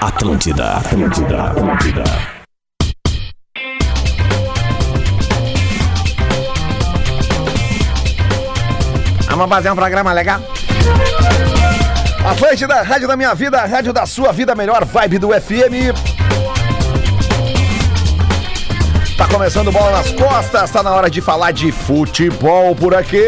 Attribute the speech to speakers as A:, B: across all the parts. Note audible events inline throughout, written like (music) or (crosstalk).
A: Atlântida, Atlântida, Atlântida.
B: Vamos fazer um programa legal.
C: A frente da Rádio da Minha Vida, a Rádio da Sua Vida, a melhor vibe do FM. Tá começando bola nas costas, tá na hora de falar de futebol por aqui.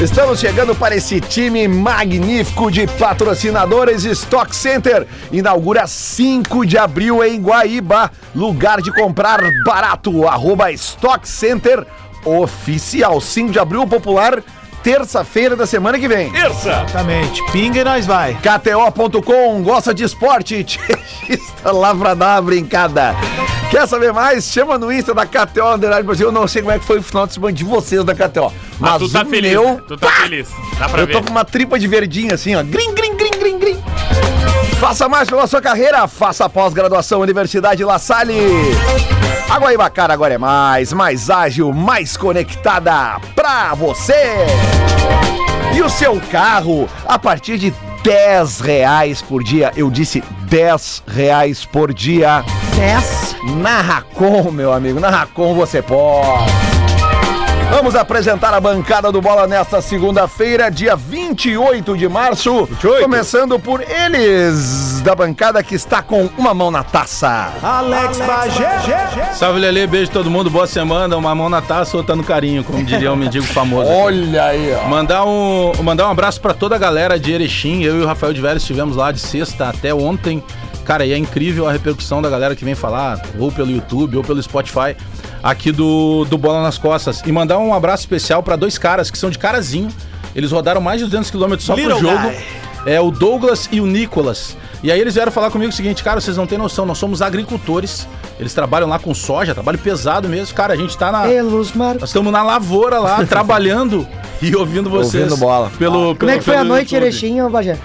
C: Estamos chegando para esse time magnífico de patrocinadores Stock Center. Inaugura 5 de abril em Guaíba. Lugar de comprar barato. Arroba Stock Center Oficial. 5 de abril popular, terça-feira da semana que vem.
D: Exatamente. Pinga e nós vai.
C: KTO.com, gosta de esporte? (laughs) Está lá pra dar uma brincada. Quer saber mais? Chama no Insta da KTO Underline Brasil. Eu não sei como é que foi o final de semana de vocês da KTO. Mas,
E: Mas tu tá
C: o
E: feliz,
C: meu,
E: né? tu tá feliz. Dá pra
C: eu
E: ver.
C: tô com uma tripa de verdinho assim, ó. Grim, grim, grim, grim, grim. Faça mais pela sua carreira, faça pós-graduação Universidade La Salle. A Guaibacara agora é mais, mais ágil, mais conectada pra você. E o seu carro, a partir de 10 reais por dia. Eu disse 10 reais por dia. 10? Na Racon, meu amigo, na Racon você pode. Vamos apresentar a bancada do Bola nesta segunda-feira, dia 28 de março. Começando por eles, da bancada que está com uma mão na taça.
D: Alex Bagé.
F: Salve Lelê, beijo todo mundo, boa semana. Uma mão na taça, outra no carinho, como diria um mendigo famoso.
C: Olha aí, ó.
F: Mandar um, mandar um abraço pra toda a galera de Erechim. Eu e o Rafael de Velho estivemos lá de sexta até ontem. Cara, e é incrível a repercussão da galera que vem falar, ou pelo YouTube, ou pelo Spotify, aqui do, do Bola nas Costas. E mandar um abraço especial pra dois caras que são de carazinho. Eles rodaram mais de 200 km só pro
D: Little
F: jogo.
D: guy.
F: É o Douglas e o Nicolas. E aí eles vieram falar comigo o seguinte, cara, vocês não têm noção, nós somos agricultores. Eles trabalham lá com soja, trabalho pesado mesmo. Cara, a gente tá na, nós estamos na
C: (laughs)
F: lavoura lá, trabalhando e ouvindo vocês.
C: Ouvindo bola.
F: Pelo,
G: Como é que foi a noite,
F: Erechim?
G: Erechim, ô Bagé?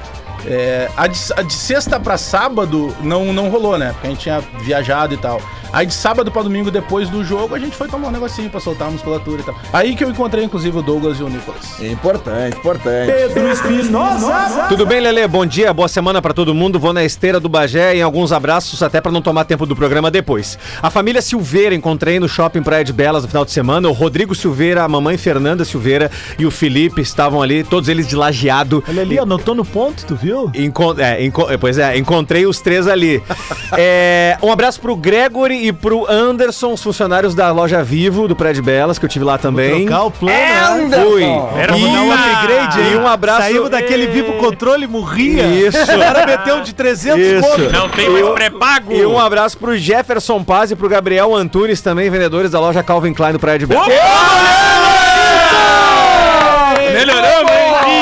F: a, de, a de sexta pra sábado não, não rolou, né? Porque a gente tinha viajado e tal. Aí de sábado pra domingo, depois do jogo, a gente foi tomar um negocinho pra soltar a musculatura e tal. Aí que eu encontrei, inclusive, o Douglas e o Nicolas.
C: Importante, importante.
D: Pedro Espinosa.
B: Tudo bem, Lele? Bom dia, boa semana pra todo mundo. Vou na esteira do Bagé e alguns abraços até pra não tomar tempo do programa depois. A família Silveira encontrei no shopping Praia de Belas no final de semana. O Rodrigo Silveira, a mamãe Fernanda Silveira e o Felipe estavam ali, todos eles de lajeado.
D: Olha ali, ó, não tô no ponto, tu viu?
B: Encon- é, enco- é, pois é, encontrei os três
D: (laughs)
B: ali. É, um abraço pro Gregory e pro Anderson, os funcionários da loja Vivo do Prédio Belas, que eu tive lá também.
D: trocar o plano, né?
B: Fui.
E: Era pra dar um upgrade,
B: E um abraço.
D: Saiu daquele vivo controle, morria.
B: Isso.
E: (laughs)
D: O cara meteu de 300
B: Isso.
D: pontos.
E: Não tem mais pré-pago.
B: E um abraço pro Jefferson Paz e pro Gabriel Antunes, também vendedores da loja Calvin Klein do Prédio Belas.
E: Melhoramos, hein?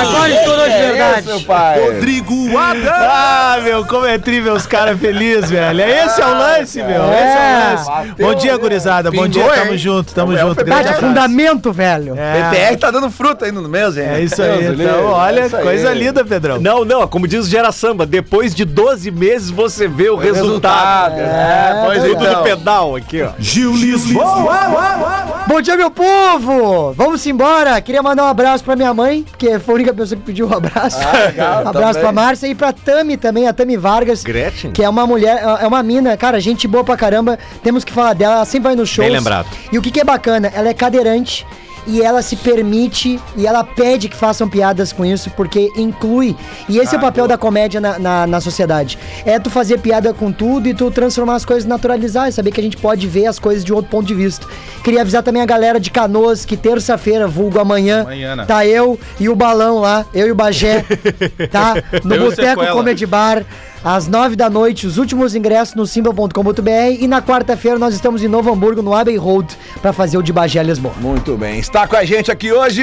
G: Agora estourou de
D: É
G: verdade.
C: Ah, é. Isso, pai.
D: Rodrigo Adam. Ah, meu, como é trível os caras felizes, velho. Esse é o lance, meu. Esse é o lance.
C: Bateu,
D: Bom dia,
C: né?
D: gurizada. Bom
C: Pingou,
D: dia, tamo
C: hein?
D: junto, tamo
C: É o
D: junto.
C: Pepe
D: grande
G: Verdade, é
D: abraço.
G: fundamento, velho.
D: É,
C: PTR tá dando fruta ainda no mês, hein?
D: é isso aí.
C: Deus,
D: Então,
C: ele- é
D: olha,
C: isso aí.
D: coisa linda, Pedrão.
B: Não, não, como diz o Gera Samba, depois de 12 meses você vê o resultado.
C: É, pois
B: Tudo
C: então.
B: no pedal aqui, ó.
D: Gil Lisboa.
G: Bom dia, meu povo! Vamos embora! Queria mandar um abraço pra minha mãe, que foi a única pessoa que pediu um abraço.
C: Ah, legal,
G: (laughs) abraço
C: também.
G: pra Márcia e pra Tami também, a Tami Vargas.
B: Gretchen?
G: Que é uma mulher, é uma mina, cara, gente boa pra caramba. Temos que falar dela, ela sempre vai nos shows.
B: Bem lembrado.
G: E o que, que é bacana? Ela é cadeirante e ela se permite e ela pede que façam piadas com isso, porque inclui. E
B: Ah,
G: esse é o papel da comédia na, na, na sociedade. É tu fazer piada com tudo e tu transformar as coisas, naturalizar e saber que a gente pode ver as coisas de outro ponto de vista. Queria avisar também a galera de Canoas que terça-feira, vulgo amanhã,
F: Amanhã, né?
G: tá eu e o Balão lá, eu e o
B: (laughs)
G: Bagé, tá? No
F: Eu e o
G: Boteco
F: Sequela.
G: Comedy Bar. Às nove da noite, os últimos ingressos no simba.com.br e na quarta-feira nós estamos em Novo Hamburgo, no Abbey Road, pra fazer o de Bagé Lisboa.
C: Muito bem. Está com a gente aqui hoje.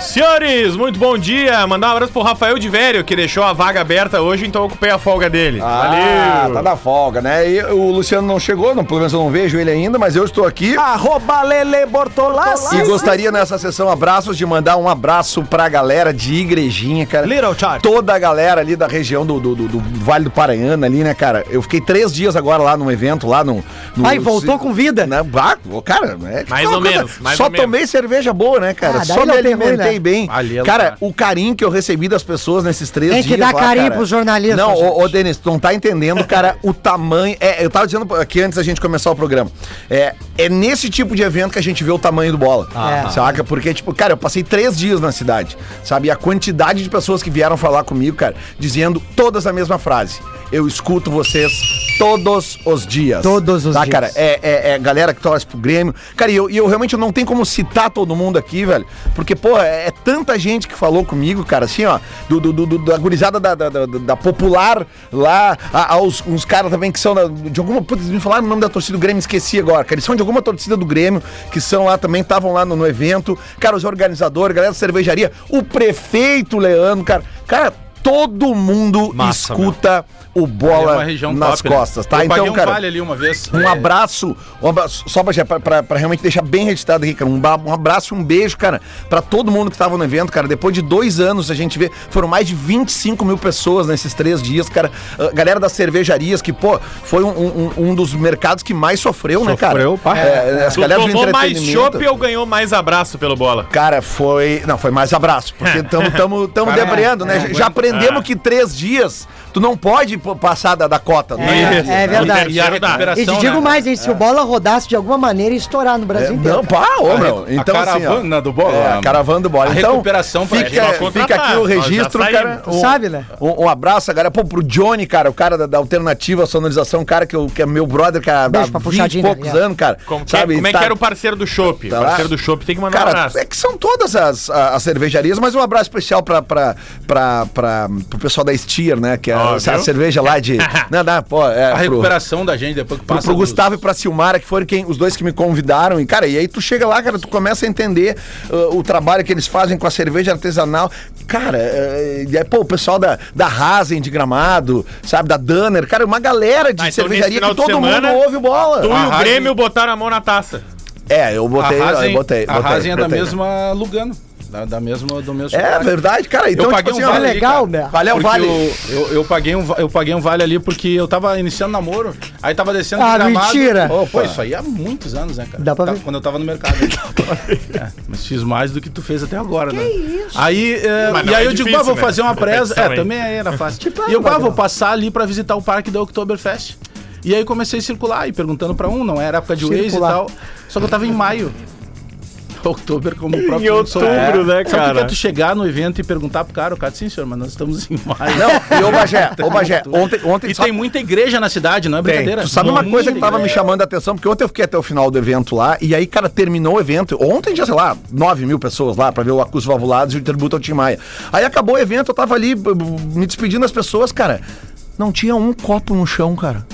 E: Senhores, muito bom dia. Mandar um abraço pro Rafael de Velho, que deixou a vaga aberta hoje, então eu ocupei a folga dele.
C: Ah, tá na folga, né? E o Luciano não chegou, não, pelo menos eu não vejo ele ainda, mas eu estou aqui.
D: Arroba Lele Bortolassi.
C: E gostaria nessa sessão abraços de mandar um abraço pra galera de Igrejinha, cara.
D: Little Chart.
C: Toda a galera ali da região do, do, do- do Vale do Paranhana ali, né, cara? Eu fiquei três dias agora lá num evento, lá no... no
G: Ai, voltou com vida?
C: Né? Ah, cara, é,
E: Mais
C: uma
E: ou menos, mais
C: Só
E: ou menos.
C: tomei cerveja boa, né, cara?
G: Ah, daí
C: Só me
G: não tem ruim, né?
C: alimentei tratei bem.
F: Ali é
C: cara,
F: lugar.
C: o carinho que eu recebi das pessoas nesses três
G: Tem
C: dias.
G: que dar
C: lá,
G: carinho
C: cara.
G: pros jornalistas,
C: Não, ô,
G: gente.
C: ô Denis, tu não tá entendendo, cara, o tamanho. É, eu tava dizendo aqui antes da gente começar o programa. É, é nesse tipo de evento que a gente vê o tamanho do bola.
G: Ah.
C: Saca? Porque, tipo, cara, eu passei três dias na cidade, sabe? E a quantidade de pessoas que vieram falar comigo, cara, dizendo todas a mesma frase. Eu escuto vocês todos os dias.
G: Todos os
C: tá,
G: dias.
C: cara? É, é, é galera que torce pro Grêmio. Cara, e eu, e eu realmente não tenho como citar todo mundo aqui, velho. Porque, porra, é, é tanta gente que falou comigo, cara, assim, ó, do, do, do- do- da gurizada da, da, da- da popular lá, a- aos uns caras também que são da- de alguma. Putz, me falaram o nome da torcida do Grêmio, esqueci agora, cara. Eles são de alguma torcida do Grêmio, que são lá também, estavam lá no, no evento. Cara, os organizadores, galera da cervejaria, o prefeito Leandro, cara. Cara, todo mundo
B: Massa,
C: escuta. O
F: Ali é
C: bola
F: uma região
C: nas
F: top, né?
C: costas, tá?
F: Eu paguei
C: Então,
F: um
C: cara.
F: vale ali uma vez.
C: Um
F: É,
C: abraço, um abraço só pra, pra- pra, pra realmente deixar bem registrado aqui, cara. Um, ba- um abraço, um beijo, cara, pra todo mundo que tava no evento, cara. Depois de dois anos, a gente vê, foram mais de 25 mil pessoas nesses três dias, cara. A galera das cervejarias, que, pô, foi um, um- um- um dos mercados que mais sofreu, né, cara?
B: Sofreu, pá.
C: É, as
E: Tu
C: galera do
E: tomou mais
C: entretenimento.
E: chopp ou ganhou mais abraço pelo bola?
C: Cara, foi. Não, foi mais abraço,
E: (laughs)
C: porque estamos tamo, tamo debreando,
E: é,
C: né? Já- Já aprendemos que três dias tu não pode pô, passar da, da cota. né?
G: É, é verdade.
F: E a recuperação,
G: E te digo
F: né?
G: mais, hein? Se o
D: É.
G: bola rodasse de alguma maneira, ia estourar no Brasil inteiro.
C: É, Não, pá, ô, meu.
F: A
C: Então, assim, ó.
F: caravana do bola.
C: É, a caravana do bola.
F: A
C: então,
F: recuperação pra
C: fica,
E: gente. Só
C: fica
E: contratar.
C: aqui o
E: Nós já
C: registro,
E: saímos.
C: cara.
G: Tu sabe, né?
C: Um, um abraço, galera. Pô, pro Johnny, cara, o cara da, da alternativa à sonorização, o cara que, eu, que é meu brother, cara,
G: Beijo
C: há
G: pra
C: 20 e
G: puxadinha,
C: poucos
G: né?
C: anos, cara.
E: Como, que- como é que
C: tá-
E: era o parceiro do chopp?
C: Tá
E: o
C: lá.
E: parceiro do chopp tem que mandar um
C: Cara,
E: abraço.
C: é que são todas as, a- as cervejarias, mas um abraço especial pra, pra, pra, pra, pro pessoal da Steer, né? Que é
E: Ó,
C: a,
E: viu?
C: a cerveja lá
E: (laughs)
C: de. não, não, pô, é,
F: A
C: pro-
F: recuperação da gente depois que
C: pro,
F: passa.
C: pro
F: do-
C: Gustavo e pra Silmara, que foram quem, os dois que me convidaram. E, cara, e aí tu chega lá, cara, tu começa a entender ah, o trabalho que eles fazem com a cerveja artesanal. Cara, eh, e aí, pô, o pessoal da, da Rasen de Gramado, sabe, da Danner, cara, uma galera de
E: Ah, então nesse
C: cervejaria
E: final
C: que
E: de
C: todo
E: semana,
C: mundo ouve bola.
E: Tu e
F: Arrasa.
E: o Grêmio botaram a mão na taça.
C: É, eu botei,
F: a Rasen,
C: eu botei.
F: a
C: botei,
F: Rasen é da
C: botei. né?
F: mesma Lugano. Da, da mesma, do mesmo
C: É
F: chocolate.
C: verdade, cara. Então,
F: paguei um
C: ó,
F: vale
G: É
F: ali,
G: legal,
F: cara.
G: né?
C: Vale é o
F: Porque
C: vale.
F: Eu, eu, eu paguei um, va- eu paguei um vale ali porque eu tava iniciando namoro, aí tava descendo
G: Ah, mentira.
F: Ô, pô, isso aí há muitos anos, né, cara?
G: Dá pra
F: Tá-
G: ver.
F: Quando eu tava no mercado.
G: (laughs)
F: né? É, mas fiz mais do que tu fez até agora, né? Isso. Aí, é,
E: Mas
F: e
E: não
F: aí
E: é
F: eu digo,
E: difícil,
F: ah, vou
E: né?
F: fazer uma presa. É,
E: Também.
F: também era
G: (laughs)
F: fácil.
G: Tipo,
F: e eu, ah, vou passar ali pra visitar o parque da Oktoberfest. E aí comecei a circular e perguntando pra um, não era época de Waze e
G: Circular.
F: tal. Só que eu tava em maio. Outubro, como o próprio
B: Em outubro,
F: Sabe o
B: né,
F: que
B: cara?
F: é tu chegar no evento e perguntar pro cara, o cara, sim, senhor, mas nós estamos em
C: (laughs)
F: maio.
C: Não, e ô
F: (laughs)
C: Bagé, ô Bagé, ontem, ontem
F: e tem muita igreja na cidade, não é brincadeira.
C: Tu sabe uma coisa que tava me chamando a atenção, porque ontem eu fiquei até o final do evento lá, e aí, cara, terminou o evento. Ontem tinha, sei lá, 9 mil pessoas lá pra ver o Acuso Valvulados e o tributo ao Tim Maia. Aí acabou o evento, eu tava ali b- b- me despedindo das pessoas, cara. Não tinha um copo no chão, cara.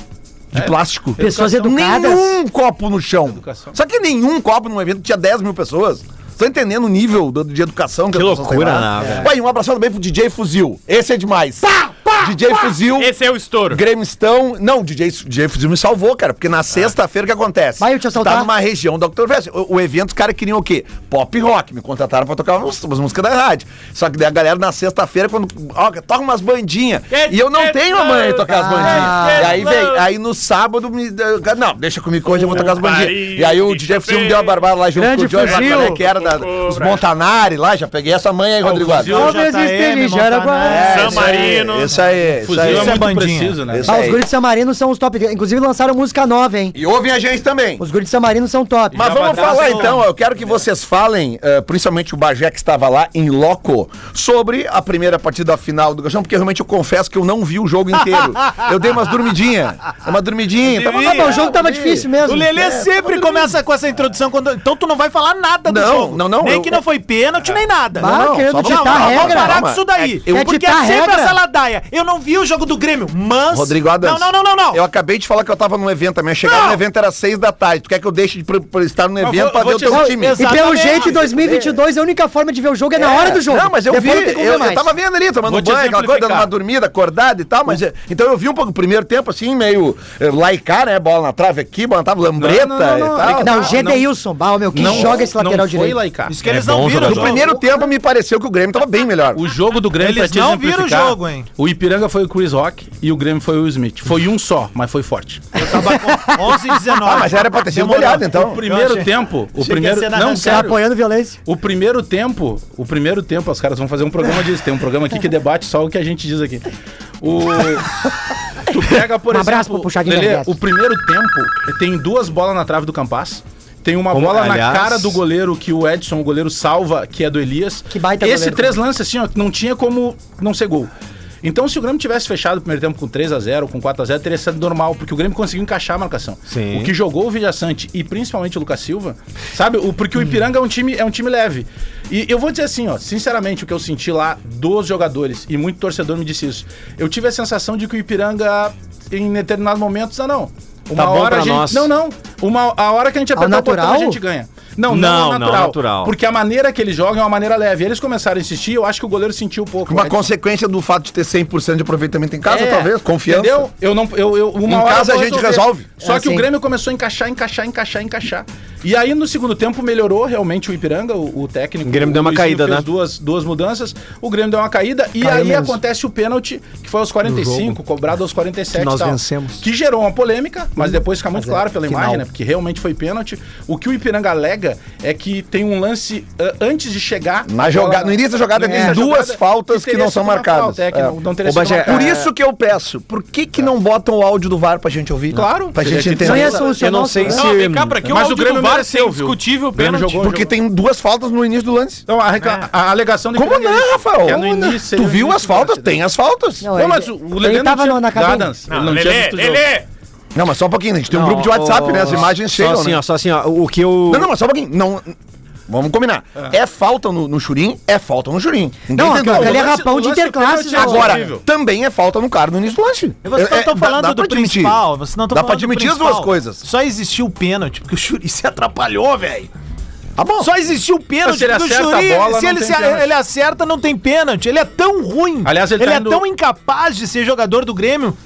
C: De plástico.
G: Pessoas educadas.
C: Nenhum copo no chão.
F: Educação.
C: Só que nenhum copo num evento tinha 10 mil pessoas. Tá entendendo o nível do- de educação que,
B: Que
C: as pessoas têm
B: loucura,
C: lá?
B: né, velho?
C: Vai, um abração também pro DJ Fuzil. Esse é demais. DJ Fuzil.
E: Esse é o estouro.
C: Grêmistão. Não, DJ, DJ Fuzil me salvou, cara, porque na sexta-feira o que acontece?
G: Ah. Vai eu te assaltar?
C: Tá numa região da Dr. Vest. O, o evento, os caras queriam o quê? Pop rock. Me contrataram pra tocar umas, umas músicas da rádio. Só que daí a galera na sexta-feira, quando. Ó, toca umas bandinhas. E eu não tenho a manha de tocar as bandinhas. E aí vem. Aí no sábado me. eu- Não, deixa comigo que hoje eu vou tocar as bandinhas. E aí o DJ Fuzil me deu uma barbada lá junto
G: Grande
C: com o Johnny
G: Fuzil.
C: Barbaré, que era da, dos Montanari lá. Já peguei essa manha tá aí, Rodrigo. Adams.
D: Fuzil
G: Talvez
D: JM,
G: esteja
D: Montanaro.
C: É,
E: San
C: isso aí,
E: Marino.
C: Isso aí. Isso
F: Fuzil
C: aí.
F: é,
D: Isso é
F: muito
D: bandinha.
F: preciso, né?
C: Isso
G: Ah,
C: aí.
G: os guris de Samarino são os top. Inclusive lançaram música nova, hein?
C: E ouvem a gente também.
G: Os guris de Samarino são top.
C: Mas
F: Já
C: vamos
F: bateu
C: falar
F: seu-
C: então, eu quero que vocês falem, eh, principalmente o Bagé que estava lá em loco, sobre a primeira partida final do Gauchão, porque realmente eu confesso que eu não vi o jogo
F: (laughs)
C: inteiro. eu dei umas dormidinhas, uma dormidinha. Tava
G: Ah, mas o jogo tava difícil mesmo.
D: O Lelê sempre começa com essa introdução. Quando... Então tu não vai falar nada do
C: Não,
D: jogo.
C: não, não,
D: Nem
C: eu- É.
D: que não foi pênalti, nem nada.
G: Bah,
D: Não, não,
G: querendo
D: só-
G: ditar
D: não, não,
G: regra.
D: Vamos parar com
C: Calma.
D: isso daí.
C: É, eu-
D: porque
G: ditar
D: é sempre
G: regra.
D: essa ladaia. Eu não vi o jogo do Grêmio, mas...
C: Rodrigo Adams.
D: Não, não, não, não. não.
C: Eu acabei de falar que eu tava num evento também. Chegar
D: Não.
C: no evento era seis da tarde. Tu quer que eu deixe de pra- pra estar no evento
F: vou-
C: pra ver
F: vou
C: o
F: te-
C: teu
G: Não,
C: time?
D: exato.
G: E pelo
D: Exatamente.
G: jeito, em 2022, a única forma de ver o jogo é na hora do jogo.
C: Não, mas eu
G: Depois não
C: vi,
G: tem como
C: eu,
G: ver
C: eu
G: mais.
C: tava vendo ali, tomando
F: Vou te
C: banho, aquela coisa, dando
F: exemplificar.
C: uma dormida, acordada e tal, mas eh, então eu vi um pouco o primeiro tempo assim, meio eh, laicar, né, bola na trave aqui, bola na trave, lambreta
F: Não, não, não, não,
C: e tal. Ah,
F: é que
G: Não,
F: Não,
G: Gedeilson, bah, meu, que
F: Não-
G: joga esse lateral
F: não
G: direito.
F: Foi lá e cá.
D: Isso que eles
A: É bom
D: não viram o
C: (laughs)
A: jogador.
D: jogo.
C: No primeiro tempo me pareceu que o Grêmio tava bem melhor.
F: O jogo do Grêmio
D: Eles
F: pra te
D: não viram o
F: exemplificar,
D: jogo, hein?
F: O Ipiranga foi o Chris Rock e o Grêmio foi o Will Smith. Foi um só, mas foi forte.
D: Eu tava com 11 e 19.
C: Ah, mas era pra ter sido
D: Demorou.
C: molhado,
F: O
C: então.
F: primeiro
D: achei-
F: tempo, o
D: achei que
F: primeiro,
D: ia ser na
F: não,
D: arrancada.
G: Tá
F: sério,
G: apoiando violência?
F: o primeiro tempo, o primeiro tempo, os caras vão fazer um programa disso, tem um programa aqui que debate só o que a gente diz aqui. O tu pega, por
G: Um
F: exemplo,
G: abraço pro Puxadinho
F: Lelê,
G: Verdes.
F: o primeiro tempo tem duas bolas na trave do Campas. Tem uma
B: Como-
F: bola
B: aliás-
F: na cara do goleiro que o Edson, o goleiro salva, que é do Elias.
G: Que baita
F: Esse
G: goleiro,
F: três lances assim, ó, que não tinha como não ser gol. Então, se o Grêmio tivesse fechado o primeiro tempo com 3 a 0 com 4 a 0 teria sido normal, porque o Grêmio conseguiu encaixar a marcação.
B: Sim.
F: O que jogou o Vilha Sante e principalmente o Lucas Silva, sabe? O, porque
B: Uhum.
F: o Ipiranga é um time é um time leve. E eu vou dizer assim, ó, sinceramente, o que eu senti lá dos jogadores, e muito torcedor me disse isso, eu tive a sensação de que o Ipiranga, em determinados momentos, ah não. Uma
B: Tá bom
F: hora a
B: pra
F: gente.
B: nós.
F: Não, não. Uma, a hora que a gente apertar o botão, a
G: natural?
F: gente ganha. Não,
B: Não,
F: não,
B: não,
F: ao natural,
B: natural.
F: Porque a maneira que eles jogam é uma maneira leve. Eles começaram a insistir, eu acho que o goleiro sentiu um pouco.
C: Uma
F: Edson.
C: consequência do fato de ter 100% de aproveitamento em casa,
F: É,
C: talvez, confiança.
F: Entendeu? Eu não, eu, eu, uma
C: Em
F: hora
C: casa
F: eu vou
C: a gente
F: resolver.
C: resolve.
F: Só
G: É
F: que
G: assim.
F: o Grêmio começou a encaixar, encaixar, encaixar, encaixar. E aí no segundo tempo melhorou realmente o Ipiranga, o, o técnico.
B: O Grêmio deu uma
F: Luizinho
B: caída,
F: fez
B: né?
F: Duas, duas mudanças. O Grêmio deu uma caída e
G: Caiu
F: aí
G: mesmo.
F: acontece o pênalti que foi aos 45, cobrado aos 47
B: Que nós
F: e tal,
B: vencemos. Hum. é
F: Que gerou uma polêmica, mas depois fica muito claro pela
G: final.
F: imagem, né? Porque realmente foi pênalti. O que o Ipiranga alega é que tem um lance ah, antes de chegar É,
C: Na jogada, no início da jogada tem duas faltas que
F: teria
C: não são
F: sido uma
C: marcadas.
F: falta, é, que
C: É.
F: não- não teria
B: Ô, é,
F: sido
B: Bagé,
F: marcada.
C: Por isso que eu peço, por que que não botam o áudio do VAR pra gente ouvir?
F: Claro.
C: Pra gente
F: Seria que
G: Não
C: entender.
G: ia solucionar
B: eu não
G: o
B: sei
G: problema.
B: se-
E: Não, vem cá pra aqui, o
F: Mas o
E: áudio do
F: Grêmio
E: VAR é
F: mereceu, viu?
E: indiscutível, o
F: Grêmio
E: pênalti.
F: jogou,
C: Porque tem duas faltas no início do lance.
F: Então, a, recla- a alegação do
C: Como
F: Ipiranga é
C: não,
F: isso,
C: Rafael?
F: que é no
C: Como não?
F: início, seria
C: tu
F: no
C: viu
F: início
C: as faltas?
F: do lance.
C: Tem as faltas.
G: Não,
C: né? Não,
F: Não,
D: é.
F: mas o, o Lelê
G: Ele
F: não
G: tava
F: tinha-
G: no- na cabine.
F: Gadans, ele
E: Não,
F: não tinha
E: Lelê,
F: visto o jogo.
E: Lelê!
C: mas só um pouquinho, a gente tem um grupo de WhatsApp, né? As imagens
B: só
C: chegam,
B: assim,
C: né?
B: ó, só assim, ó, o que eu...
C: Não, não, mas só um pouquinho. Não, vamos combinar. É, falta no, no Churim, é falta no Churim. Ninguém
G: Não,
C: tentou.
G: aquele é
F: O lance-
G: rapão
F: o
G: de
F: lance do
G: interclasses.
F: pênalti é
G: ó.
C: Agora,
F: horrível.
C: também é falta no cara no início do lance.
D: Vocês não
C: É- é-
D: estão
C: dá-
D: falando
C: dá
D: do
C: pra admitir.
D: principal. Vocês não estão
C: Dá pra
D: falando do
C: admitir as
D: principal.
C: duas coisas.
D: Só existiu o pênalti, porque o Churi (laughs) se atrapalhou, velho.
C: Tá bom.
D: Só existiu o pênalti,
F: Mas se ele
D: porque o
F: acerta a
D: Churi,
F: bola,
D: se
F: não
D: ele,
F: tem
D: se-
F: pênalti.
D: ele acerta, não tem pênalti. Ele é tão ruim.
F: Aliás, ele tá
D: é
F: indo-
D: tão incapaz de ser jogador do Grêmio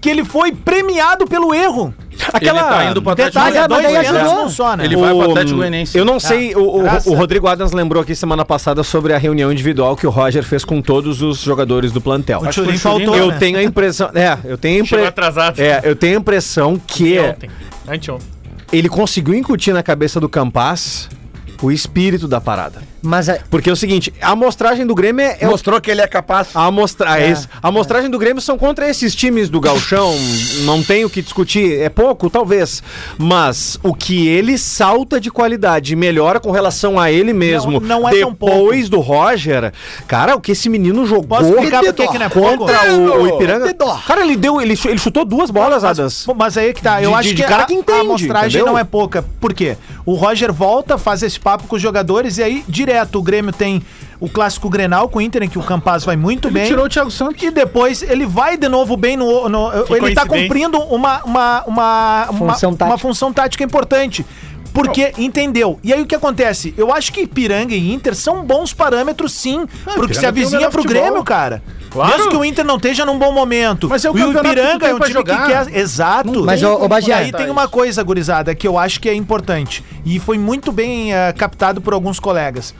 D: que ele foi premiado pelo erro.
F: Ele tá indo pro Atlético
D: Detalhe, é
F: Goianiense.
G: mas
D: dois
G: daí
D: pênaltis
G: ajudou.
D: não só, né?
F: Ele
B: O-
F: vai pro Atlético Goianiense.
B: Eu não sei, o, o-
D: Ah, graças
B: o
D: a-
B: Rodrigo Adams lembrou aqui semana passada sobre a reunião individual que o Roger fez com todos os jogadores do plantel.
D: O Churinho
F: Churinho
D: faltou,
B: Eu
D: né?
B: tenho a impressão. É, eu tenho a
E: Chegou
B: impressão.
E: atrasado.
B: É, eu tenho a impressão que
E: Ontem. Anteontem.
B: ele conseguiu incutir na cabeça do Campas o espírito da parada.
G: Mas a-
B: Porque é o seguinte, a amostragem do Grêmio é. é o-
C: Mostrou que ele é capaz.
B: a amostra...
G: É,
B: é isso. A amostragem do Grêmio são contra esses times do Galchão. Não tem o que discutir. É pouco, talvez. Mas o que ele salta de qualidade e melhora com relação a ele mesmo
D: Não- não é tão
B: depois do Roger. Cara, o que esse menino jogou
D: Posso explicar por que que não é pouco?
B: contra o, o Ipiranga. Cara, ele deu. Ele, chu- ele chutou duas bolas, Adams.
D: Bom, Mas aí que tá, eu
B: De-
D: acho
B: de-
D: que,
B: de cara
D: a,
B: que
D: a
B: entende,
D: amostragem
B: entendeu?
D: não é pouca. Por quê? O Roger volta, faz esse papo com os jogadores e aí direto o Grêmio tem o clássico Grenal com o Inter, em que o Campaz vai muito bem.
F: tirou o Thiago Santos.
D: E depois ele vai de novo bem no. no- ele tá
E: coincidência.
D: cumprindo uma, uma, uma,
G: Função
D: uma,
G: tática.
D: uma função tática importante. Porque entendeu. E aí o que acontece? Eu acho que Ipiranga e Inter são bons parâmetros, sim, pro que se
F: Ah, Ipiranga tem o
D: avizinha
F: melhor
D: pro
F: futebol.
D: Grêmio, cara.
E: Claro.
D: Mesmo que o Inter não esteja num bom momento.
F: Mas é o
D: e o
F: campeonato que tu
D: Ipiranga
F: tem
D: é um
F: pra
D: time que
F: jogar.
D: quer. Exato.
G: Mas, ô, ô, Bagé,
D: aí tem uma coisa, gurizada, que eu acho que é importante. E foi muito bem eh, captado por alguns colegas.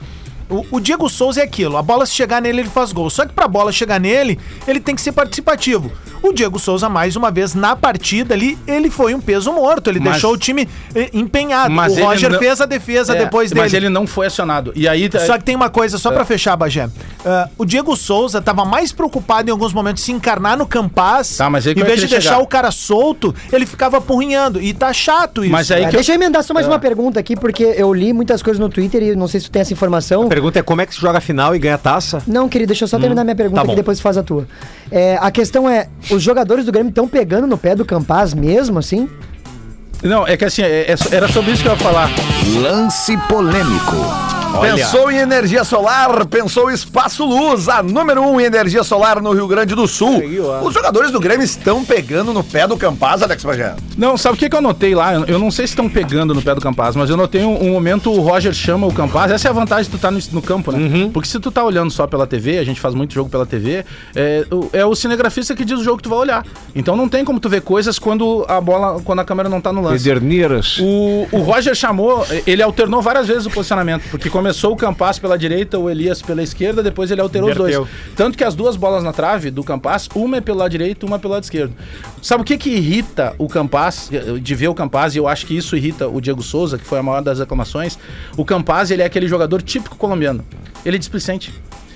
D: O, o Diego Souza é aquilo, a bola se chegar nele, ele faz gol. Só que pra bola chegar nele, ele tem que ser participativo. O Diego Souza, mais uma vez, na partida ali, ele foi um peso morto. Ele
F: Mas-
D: deixou o time eh, empenhado.
F: Mas
D: o
F: ele
D: Roger
F: não-
D: fez a defesa
F: É,
D: depois dele.
F: Mas ele não foi acionado. E aí... é,
D: Só que tem uma coisa, só pra fechar, Bagé. Ah, o Diego Souza tava mais preocupado em alguns momentos se encarnar no Campaz.
F: Tá, mas aí
D: em
F: como é
D: vez
F: que
D: de
F: ele
D: deixar
F: chegar?
D: o cara solto, ele ficava apurrinhando. E tá chato isso.
F: Mas aí
G: é,
F: que eu- Ah.
G: deixa eu emendar só mais uma pergunta aqui, porque eu li muitas coisas no Twitter e não sei se tu tem essa informação.
B: A pergunta é como é que se joga a final e ganha a taça?
G: Não, querido, deixa eu
F: Hum,
G: só terminar minha pergunta
B: tá bom.
G: que depois tu faz a tua. É, a questão é, os jogadores do Grêmio estão pegando no pé do Campaz mesmo, assim?
F: Não, é que assim, é- é- era sobre isso que eu ia falar.
H: Lance polêmico.
C: Pensou em energia solar? Pensou Espaço Luz, a número um em energia solar no Rio Grande do Sul. Os jogadores do Grêmio estão pegando no pé do Campaz, Alex Bagé.
F: Não, sabe o que, que eu notei lá? Eu, eu não sei se estão pegando no pé do Campaz, mas eu notei um, um momento o Roger chama o Campaz. Essa é a vantagem de tu estar no, no campo, né? Porque se tu tá olhando só pela TV, a gente faz muito jogo pela TV, é, o- é o cinegrafista que diz o jogo que tu vai olhar. Então não tem como tu ver coisas quando a bola, quando a câmera não tá no lance.
B: Pederneiras.
F: O, o Roger chamou, ele alternou várias vezes o posicionamento, porque como começou o Campas pela direita, o Elias pela esquerda, depois ele alterou
E: Inverteu.
F: os dois. Tanto que as duas bolas na trave do Campas, uma é pelo lado direito, uma pelo lado esquerdo. Sabe o que que irrita o Campas, eh, de ver o Campas, e eu acho que isso irrita o Diego Souza, que foi a maior das reclamações? O Campas, ele é aquele jogador típico colombiano. Ele é displicente.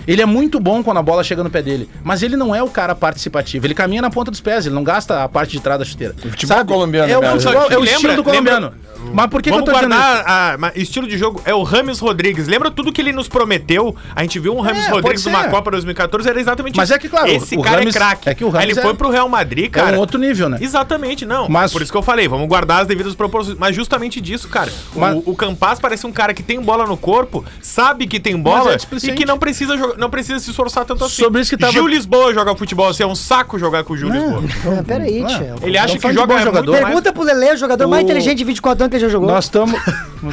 F: Ele é muito bom quando a bola chega no pé dele, mas ele não é o cara participativo. Ele caminha na ponta dos pés, ele não gasta a parte de trás da chuteira. O
H: futebol colombiano,
F: é o,
H: cara.
F: futebol, é o
E: Lembra-
F: estilo do colombiano. Mas por que, que eu
E: Vamos
F: tô dizendo isso?
E: guardar a- ma- estilo de jogo. É o Rames Rodrigues. Lembra tudo que ele nos prometeu? A gente viu um Rames
F: É, pode
E: Rodrigues
F: ser.
E: numa Copa 2014, era exatamente
F: Mas é que, claro,
E: Esse
F: o
E: cara
F: Rames-
E: é craque.
F: é que o
E: Aí
F: Rames
E: ele
F: é-
E: foi pro Real Madrid, cara.
F: É um outro nível, né?
E: Exatamente, não.
F: Mas-
E: Por isso que eu falei, vamos guardar as devidas proporções. Mas justamente disso, cara. O-
F: Mas-
E: O, Campas parece um cara que tem bola no corpo, sabe que tem bola
F: é
E: e
F: displicente.
E: que não precisa, jogar- não precisa se esforçar tanto assim.
F: Sobre isso que tava-
E: Gil Lisboa joga futebol, assim, é um saco jogar com o Gil Lisboa.
F: Hum,
G: Ah, peraí, tia.
E: Ele acha
F: falando
E: que
F: de
E: joga
F: bom
E: é muito
F: jogador, né?
E: mais-
G: Pergunta pro Lele, o jogador mais
F: O-
G: inteligente de 24 anos que ele já jogou.
F: Nós (laughs) estamos.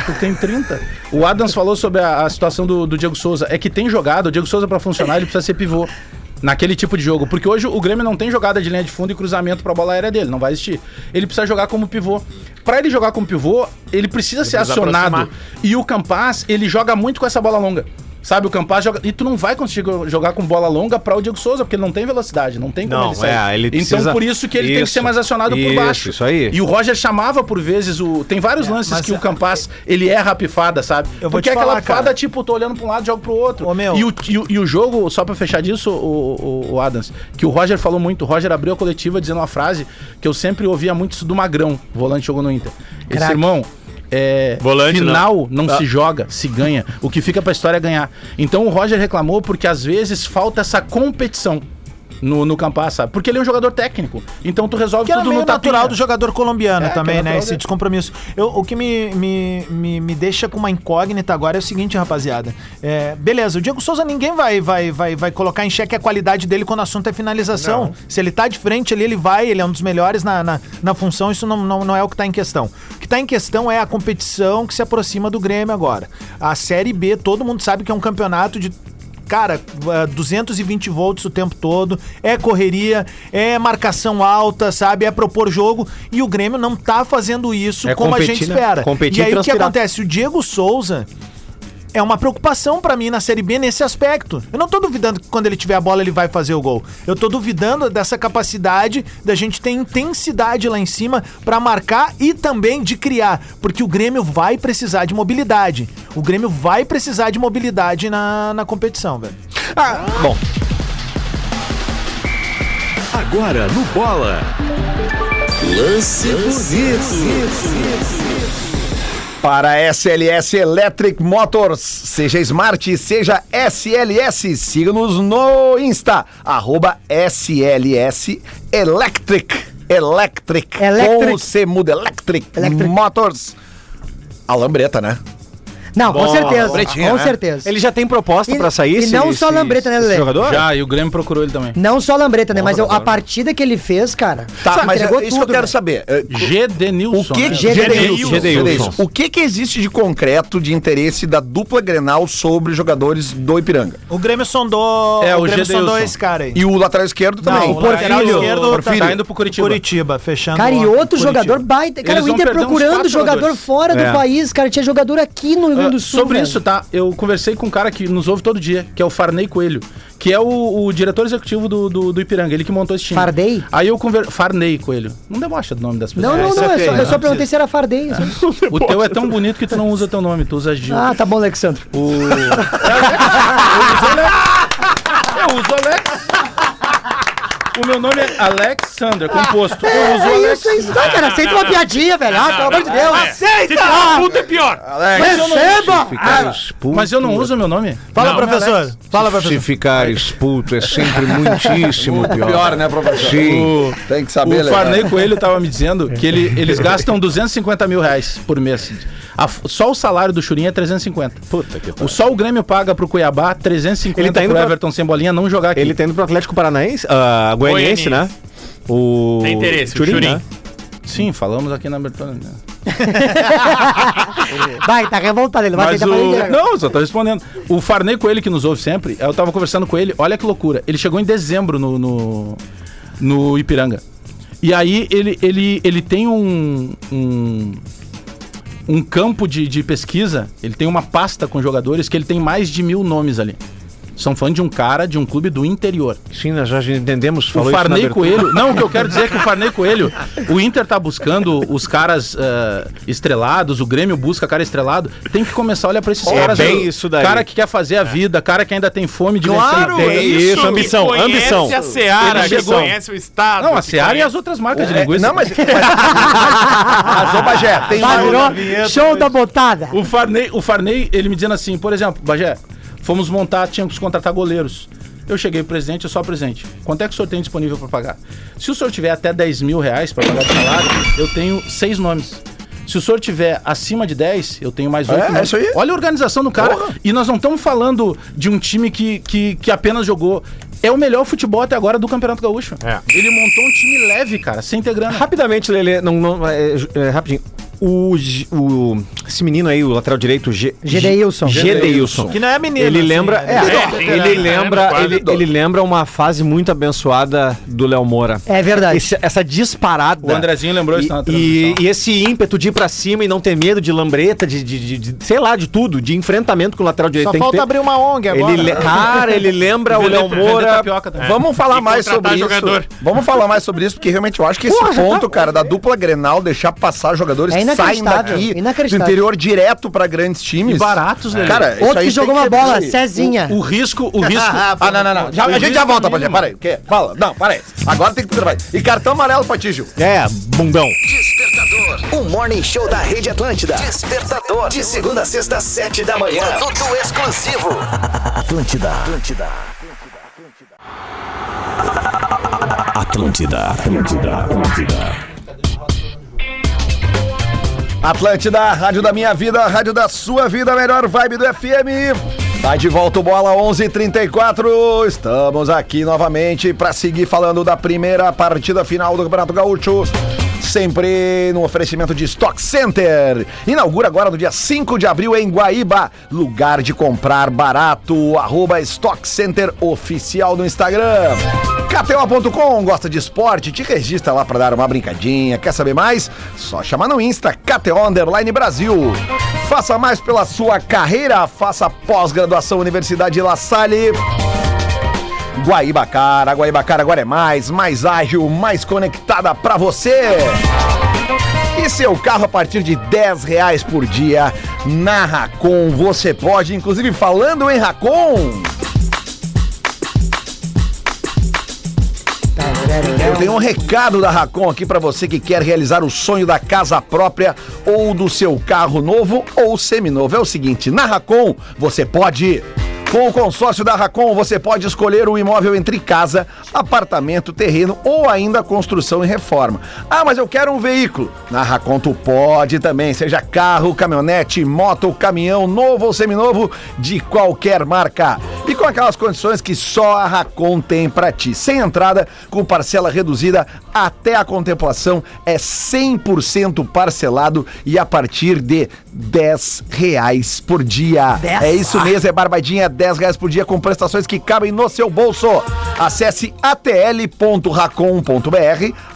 F: Tu tem 30. O Adams falou sobre a, a situação do, do Diego Souza. É que tem jogada, o Diego Souza pra funcionar, ele precisa ser pivô. Naquele tipo de jogo. Porque hoje o Grêmio não tem jogada de linha de fundo e cruzamento pra bola aérea dele, não vai existir. Ele precisa jogar como pivô. Pra ele jogar como pivô, ele precisa ser
E: precisa
F: acionado.
E: aproximar.
F: E o Campas, ele joga muito com essa bola longa. Sabe, o Campas joga. E tu não vai conseguir jogar com bola longa pra o Diego Souza, porque ele não tem velocidade, não tem como
B: Não,
F: sair.
B: é, ele
F: então,
B: precisa-
F: por isso que ele tem que
B: Isso,
F: ser mais acionado
B: isso,
F: por baixo.
B: isso aí.
F: E o Roger chamava por vezes o. Tem vários lances
D: É, mas
F: que
D: a-
F: o Campas ele erra a pifada, sabe?
D: Eu vou
F: Porque
D: te
F: é aquela
D: falar,
F: pifada,
D: cara.
F: tipo, tô olhando pra um lado, jogo pro outro.
D: Ô, meu.
F: E, o, e, o- e o jogo, só pra fechar disso, o, o- o Adams, que o Roger falou muito, o Roger abriu a coletiva dizendo uma frase que eu sempre ouvia muito isso do Magrão, o volante que jogou no Inter. Esse
G: Craque.
F: irmão. É,
E: Volante,
F: final não, se joga, se ganha. O que fica pra história é ganhar. Então o Roger reclamou porque às vezes falta essa competição no, no Campas, sabe? Porque ele é um jogador técnico. Então tu resolve
D: Que era
F: tudo
D: meio
F: no
D: natural
F: tapinha.
D: do jogador colombiano
F: É, que é
D: também, né?
F: natural
D: Esse
F: dele.
D: descompromisso. Eu- o que me, me, me, me deixa com uma incógnita agora é o seguinte, rapaziada. É, beleza, o Diego Souza ninguém vai, vai, vai, vai colocar em xeque a qualidade dele quando o assunto é finalização. Se ele tá de frente ali, ele vai, ele é um dos melhores na, na, na função, isso não, não, não é o que tá em questão. O que tá em questão é a competição que se aproxima do Grêmio agora. A Série B, todo mundo sabe que é um campeonato de Cara, eh, 220 volts o tempo todo, é correria, é marcação alta, sabe? É propor jogo. E o Grêmio não tá fazendo isso
B: É
D: como a
B: competir,
D: gente
B: né?
D: espera.
B: Competir
D: e
B: e
D: aí o que
B: transpirar.
D: acontece? O Diego Souza é uma preocupação pra mim na Série B nesse aspecto. Eu não tô duvidando que quando ele tiver a bola ele vai fazer o gol. Eu tô duvidando dessa capacidade da gente ter intensidade lá em cima pra marcar e também de criar, porque o Grêmio vai precisar de mobilidade. O Grêmio vai precisar de mobilidade na, na competição, velho.
B: Bom,
A: Agora no Bola. Lance bonito.
C: Para a SLS Electric Motors, seja Smart, seja SLS, siga-nos no Insta, arroba SLS Electric, Electric,
G: Electric.
C: ou se muda Electric,
G: Electric.
C: Motors. A lambreta, né?
G: Não, com certeza.
C: Lambretinha,
G: com
C: né?
G: certeza.
B: ele já tem proposta
G: E-
B: pra sair?
G: e não só Lambreta, né,
B: esse
G: Lele?
B: jogador?
F: Já, e o Grêmio procurou ele também.
G: Não só a Lambreta, né? Mas eu- a partida que ele fez, cara.
C: Tá, mas é,
G: entregou
C: isso que eu
G: tudo, né?
C: quero
G: velho.
C: saber. É,
F: GD
C: O
F: Nilson.
C: que, é
F: né?
G: G-
B: Gedeilson. Gedeilson.
C: o que que existe de concreto de interesse da dupla Grenal sobre jogadores do Ipiranga?
D: O Grêmio sondou,
F: É,
D: o
F: o
D: Grêmio
F: Gedeilson.
D: sondou esse cara aí.
C: E o lateral esquerdo também.
D: o lateral
F: Porfírio.
D: esquerdo
F: Porfírio.
D: tá
F: Tá indo pro Curitiba.
D: Curitiba, fechando.
G: Cara,
D: o
G: e
D: órgão
G: outro
D: do
G: jogador
D: Curitiba.
G: baita. Cara,
F: Eles
G: o
F: vão
G: Inter
F: perder uns
G: procurando
F: quatro
G: jogador
F: jogadores. É,
G: fora do
B: É.
G: país, cara. Tinha jogador aqui no Rio Grande do Sul.
F: Ah, Sobre
G: velho.
F: isso, tá? Eu conversei com um cara que nos ouve todo dia, que é o Farney Coelho, que é o, o diretor executivo do, do, do Ipiranga, ele que montou esse time.
G: Fardei?
F: Aí eu conversei. Farney Coelho. Não debocha do nome das pessoas.
G: Não, não, não. Eu só, eu só perguntei se era fardei. só isso.
F: O teu é tão bonito que tu não usa teu nome, tu usa Gil.
G: Ah, tá bom, Alexandre.
F: O... eu uso Alex. Eu uso Alex. O meu nome é Alexander, composto. Eu uso
G: É
F: Alex.
G: isso, é isso. Não, cara, aceita uma piadinha, velho. Ah, pelo amor de Deus.
E: Se
F: Ah,
E: tiver puta é pior.
F: Mas eu não-
G: Receba!
A: Ficar expulso.
F: Mas eu não uso meu nome.
D: Fala,
E: Não,
D: professor. Fala, professor.
A: Se ficar expulso é sempre
E: (laughs)
A: muitíssimo pior.
C: né, professor?
A: Sim.
F: O-
C: Tem que
B: Ah,
C: saber,
F: O
C: Lele.
F: Farney Coelho tava me dizendo que
B: (laughs)
F: ele- eles gastam 250 mil reais por mês. A- só o salário do Churinho é 350. Puta que o, Só o Grêmio paga pro Cuiabá 350
B: Ele tá indo
F: pro
B: pra-
F: Everton sem bolinha não jogar aqui.
B: Ele tá indo pro Atlético Paranaense, ah, Goianiense, né?
E: Goianiense.
B: O.
E: Tem interesse, o
B: Churin,
E: Churin.
B: né?
F: Sim, falamos aqui na abertura. né?
G: Vai, tá revoltado. Ele vai
F: Mas
G: aceitar pra ele.
F: o... Não, só tô respondendo. O Farney Coelho, que nos ouve sempre, eu tava conversando com ele, olha que loucura. Ele chegou em dezembro no, no, no Ipiranga. E aí ele, ele, ele tem um, um. um campo de, de pesquisa, ele tem uma pasta com jogadores que ele tem mais de mil nomes ali. São fã de um cara de um clube do interior.
B: Sim, nós já entendemos.
F: O
B: falou isso na
F: Farney
B: abertura.
F: Coelho. Não, o que eu quero dizer é que o Farney Coelho, o Inter tá buscando os caras eh, estrelados, o Grêmio busca cara estrelado. Tem que começar a olhar pra esses caras.
B: bem isso daí.
F: Cara que quer fazer a vida, cara que ainda tem fome de
E: Claro,
F: vencer.
E: é isso,
B: isso, ambição,
E: que conhece
B: ambição.
E: a Seara,
F: Ele
E: que
F: chegou-
E: conhece o Estado.
F: Não, a
E: que
F: Seara e
E: conhece-
F: as outras marcas de
C: É,
F: linguiça.
C: não, mas. Mas, mas ô, Bagé, É, tem uma.
G: Barulho, show da botada.
F: O Farney, o Farney, ele me dizendo assim, por exemplo, Bagé, fomos montar, tínhamos que contratar goleiros. Eu cheguei presidente, eu só presidente. Quanto é que o senhor tem disponível para pagar? Se o senhor tiver até 10 mil reais para pagar de salário, eu tenho seis nomes. Se o senhor tiver acima de 10, eu tenho mais oito.
C: é
F: nomes.
C: isso aí.
F: Olha a organização do cara. E nós não estamos falando de um time que, que, que apenas jogou. É o melhor futebol até agora do Campeonato Gaúcho.
E: É.
F: Ele montou um time leve, cara, sem ter grana.
B: Ah, Rapidamente, Lele, não, não, é, ju- é, rapidinho. O, G- o- esse menino aí, o lateral direito, o G,
G: Gedeilson.
B: Gedeilson.
D: Que não é menino.
B: Ele
D: assim,
B: lembra,
D: né?
B: é,
E: É,
B: ele,
E: é, é,
B: lembra,
E: quase
B: ele,
E: idoso.
B: ele lembra uma fase muito abençoada do Léo Moura.
G: É verdade.
B: Esse- essa disparada.
F: O Andrezinho lembrou isso na
B: E, e, e esse ímpeto de ir pra cima e não ter medo de lambreta, de, de- de- de- sei lá, de tudo, de enfrentamento com o lateral direito.
D: Só
B: Tem que
D: falta
B: ter-
D: abrir uma ONG agora.
B: ele, le- Cara, ele lembra o Léo Moura.
C: Vamos falar
E: E
C: mais sobre
E: contratar
C: isso.
E: jogador.
C: Vamos falar mais sobre isso, porque realmente eu acho que esse
G: Porra, já tá-
C: ponto, cara, da dupla Grenal, deixar passar jogadores
G: É
C: que saem
G: inacreditável,
C: daqui do
G: inacreditável.
C: interior direto pra grandes times.
F: E baratos, né?
C: É. Cara, isso
G: Outro
C: aí
G: que
C: tem
G: jogou
C: que
G: uma bola,
C: rever.
G: Cezinha.
F: O risco,
C: (laughs)
F: o risco.
C: Ah, não, não, não. Já-
F: O
C: a gente já
F: risco
C: volta,
F: é
C: Bagé.
F: mínimo.
C: Para aí. o quê? Fala. Não, para aí. Agora tem que preservar. E cartão amarelo pra ti, Gil.
B: É, bundão.
H: Despertador. O Um Morning Show da Rede Atlântida. Despertador. De segunda a sexta, sete da manhã. Produto exclusivo. (laughs) Atlântida. Atlântida. Atlântida. Atlântida. Atlântida.
C: Atlântida, a rádio da minha vida, a rádio da sua vida, a melhor vibe do FM. Tá de volta o Bola 11:34. Estamos aqui novamente para seguir falando da primeira partida final do Campeonato Gaúcho. Sempre no oferecimento de Stock Center. Inaugura agora no dia 5 de abril em Guaíba. Lugar de comprar barato. Arroba Stock Center Oficial no Instagram. KTO.com, gosta de esporte? Te registra lá pra dar uma brincadinha. Quer saber mais? Só chama no Insta, KTO Underline Brasil. Faça mais pela sua carreira, faça pós-graduação Universidade La Salle. Guaibacara, Guaibacara agora é mais, mais ágil, mais conectada pra você. E seu carro a partir de 10 reais por dia na Racon. Você pode, inclusive falando em Racon. Eu tenho um recado da Racon aqui pra você que quer realizar o sonho da casa própria ou do seu carro novo ou seminovo. É o seguinte, na Racon você pode com o consórcio da Racon, você pode escolher um imóvel entre casa, apartamento, terreno ou ainda construção e reforma. Ah, mas eu quero um veículo. Na Racon tu pode também, seja carro, caminhonete, moto, caminhão, novo ou seminovo, de qualquer marca. E com aquelas condições que só a Racon tem pra ti. Sem entrada, com parcela reduzida até a contemplação, é 100% parcelado e a partir de 10 reais por dia. É isso mesmo, é barbadinha, 10 reais por dia com prestações que cabem no seu bolso. Acesse atl.racon.br,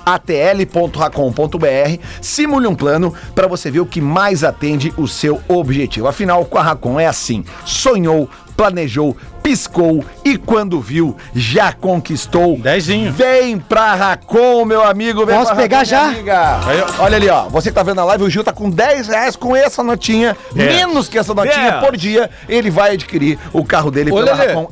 C: atl.racon.br, simule um plano para você ver o que mais atende o seu objetivo. Afinal, com a Racon é assim, sonhou, planejou, piscou e quando viu, já conquistou.
F: Dezinho.
C: Vem pra Racon, meu amigo. Vem
G: Posso
C: pra
G: pegar
C: Racon, minha
G: já?
C: amiga. Aí, ó, olha ali, ó. Você que tá vendo a live, o Gil tá com 10 reais com essa notinha. Menos que essa notinha por dia. Ele vai adquirir o carro dele
F: Ô,
C: pela
F: Lelê.
C: Racon.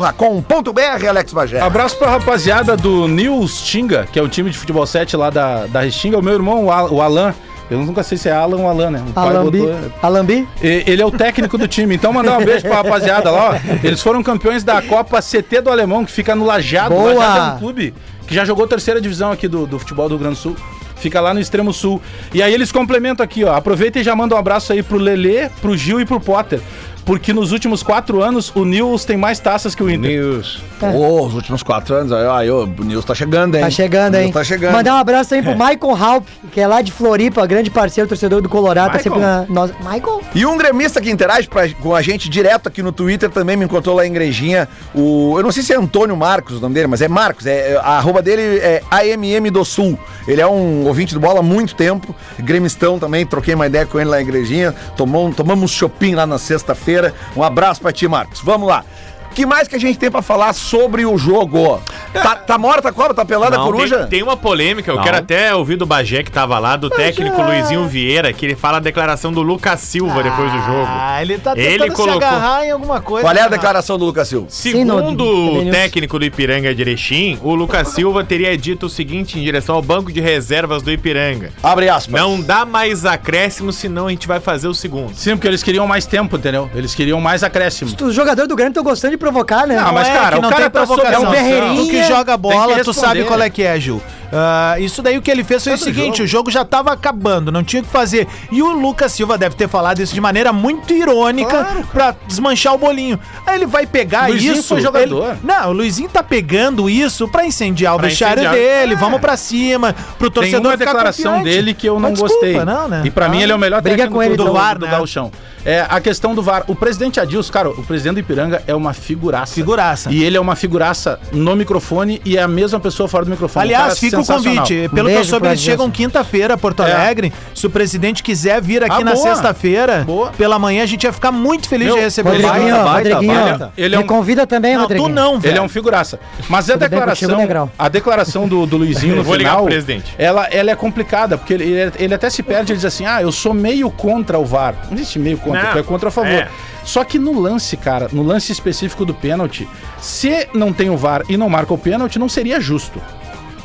C: atl.racon.br, Alex Bagé.
F: Abraço pra rapaziada do News Tinga, que é o time de futebol 7 lá da, da Restinga. O meu irmão, o Al- o Alan. Eu nunca sei se é Alan ou Alan, né? O pai
G: Alambi.
F: botou-
G: Alambi?
F: E- Ele é o técnico do time, então mandar um beijo pra rapaziada lá. ó. Eles foram campeões da Copa CT do Alemão, que fica no Lajado.
G: Boa!
F: O Lajado é um clube que já jogou terceira divisão aqui do, do futebol do Rio Grande do Sul. Fica lá no extremo sul. E aí eles complementam aqui, ó. Aproveita e já manda um abraço aí pro Lelê, pro Gil e pro Potter. porque nos últimos quatro anos o Nils tem mais taças que o Inter.
A: News.
C: Ô, os últimos quatro anos, aí, aí, ô, o Nils tá chegando, hein?
G: Tá chegando,
C: O
G: hein?
C: Nils Tá chegando.
G: Mandar um abraço também pro Michael Halp, que é lá de Floripa, grande parceiro, torcedor do Colorado, tá sempre na nossa. Michael?
C: E um gremista que interage pra- com a gente direto aqui no Twitter também me encontrou lá em Igrejinha. O, eu não sei se é Antônio Marcos o nome dele, mas é Marcos. É, é- a arroba dele é AMM do Sul. Ele é um ouvinte do bola há muito tempo. Gremistão também. Troquei uma ideia com ele lá em Igrejinha. Tomou, um- tomamos shopping lá na sexta-feira. Um abraço pra ti, Marcos. Vamos lá. O que mais que a gente tem pra falar sobre o jogo? Tá, tá morta a cobra? Tá pelada a
E: Não,
C: coruja?
E: Tem, tem uma polêmica, eu
B: Não.
E: quero até ouvir do Bagé que tava lá, do técnico Luizinho Vieira, que ele fala a declaração do Lucas Silva depois do jogo.
D: Ah, ele tá
E: Ele
D: tentando
E: colocou-
D: se agarrar em alguma coisa.
C: Qual é a
D: né,
C: declaração do Lucas Silva?
G: Sim,
E: Segundo
G: no- no-
E: o técnico do Ipiranga de Erechim, o Lucas Silva teria dito o seguinte em direção ao banco de reservas do Ipiranga.
C: Abre aspas.
E: Não dá mais acréscimo, senão a gente vai fazer o segundo.
F: Sim, porque eles queriam mais tempo, entendeu? Eles queriam mais acréscimo.
G: Os jogadores do Grêmio estão gostando de provocar, né?
F: Não, mas,
D: é
F: cara,
D: que
F: o
D: não
F: cara
D: tem
F: tá sob
D: provocação.
F: pressão.
D: Tu que
G: Berreirinha.
D: joga bola,
F: Tem que
D: tu sabe
F: responder.
D: qual é que é, Gil. Ah, isso daí o que ele fez foi o seguinte, o jogo já tava acabando, não tinha o que fazer. E o Lucas Silva deve ter falado isso de maneira muito irônica pra desmanchar o bolinho. Aí ele vai pegar
F: Luizinho
D: isso.
F: foi jogador.
D: ele- Não, o Luizinho tá pegando isso pra incendiar o
E: Pra
D: vestiário
E: incendiar.
D: dele, vamos pra cima, pro
F: É. Tem uma
D: torcedor ficar
F: declaração
D: confiante.
F: dele que eu
D: Mas
F: não
D: desculpa,
F: gostei.
D: não, né?
F: E pra mim
D: Ah.
F: ele é o melhor
G: Briga
F: técnico
G: com ele
F: do,
D: do VAR,
F: do
D: né?
F: Gauchão. É, a questão do VAR. O presidente Adilson, cara, o presidente do Ipiranga é uma figuraça.
D: Figuraça.
F: E ele é uma figuraça no microfone e é a mesma pessoa fora do microfone. Um cara
D: Aliás, fica o
F: sensacional.
D: convite. Pelo que eu
G: Beijo
D: soube,
G: pra
D: eles
G: Dilson.
D: chegam quinta-feira a Porto
F: É.
D: Alegre. Se o presidente quiser vir aqui
F: Ah,
D: na
F: boa.
D: sexta-feira,
F: Boa.
D: pela manhã, a gente ia ficar muito feliz
F: Meu,
D: de receber
G: Rodriguinho,
D: ele.
F: baita,
G: Rodriguinho.
F: baita. Ele é
G: Me
F: um-
G: convida também,
D: Não, tu
G: Rodriguinho.
D: não,
F: Ele
D: velho.
F: é um figuraça. Mas a
G: Tudo bem contigo,
F: declaração,
G: Negrão?
F: a declaração do, do
E: (laughs)
F: Luizinho no
E: Eu vou ligar
F: final,
E: pro presidente.
F: Ela, ela é complicada, porque ele, ele, ele até se perde, ele diz assim, ah, eu sou meio contra o VAR. Não existe meio contra,
E: Não.
F: tu é contra a favor.
E: É.
F: Só que no lance, cara, no lance específico do pênalti, se não tem o VAR e não marca o pênalti, não seria justo.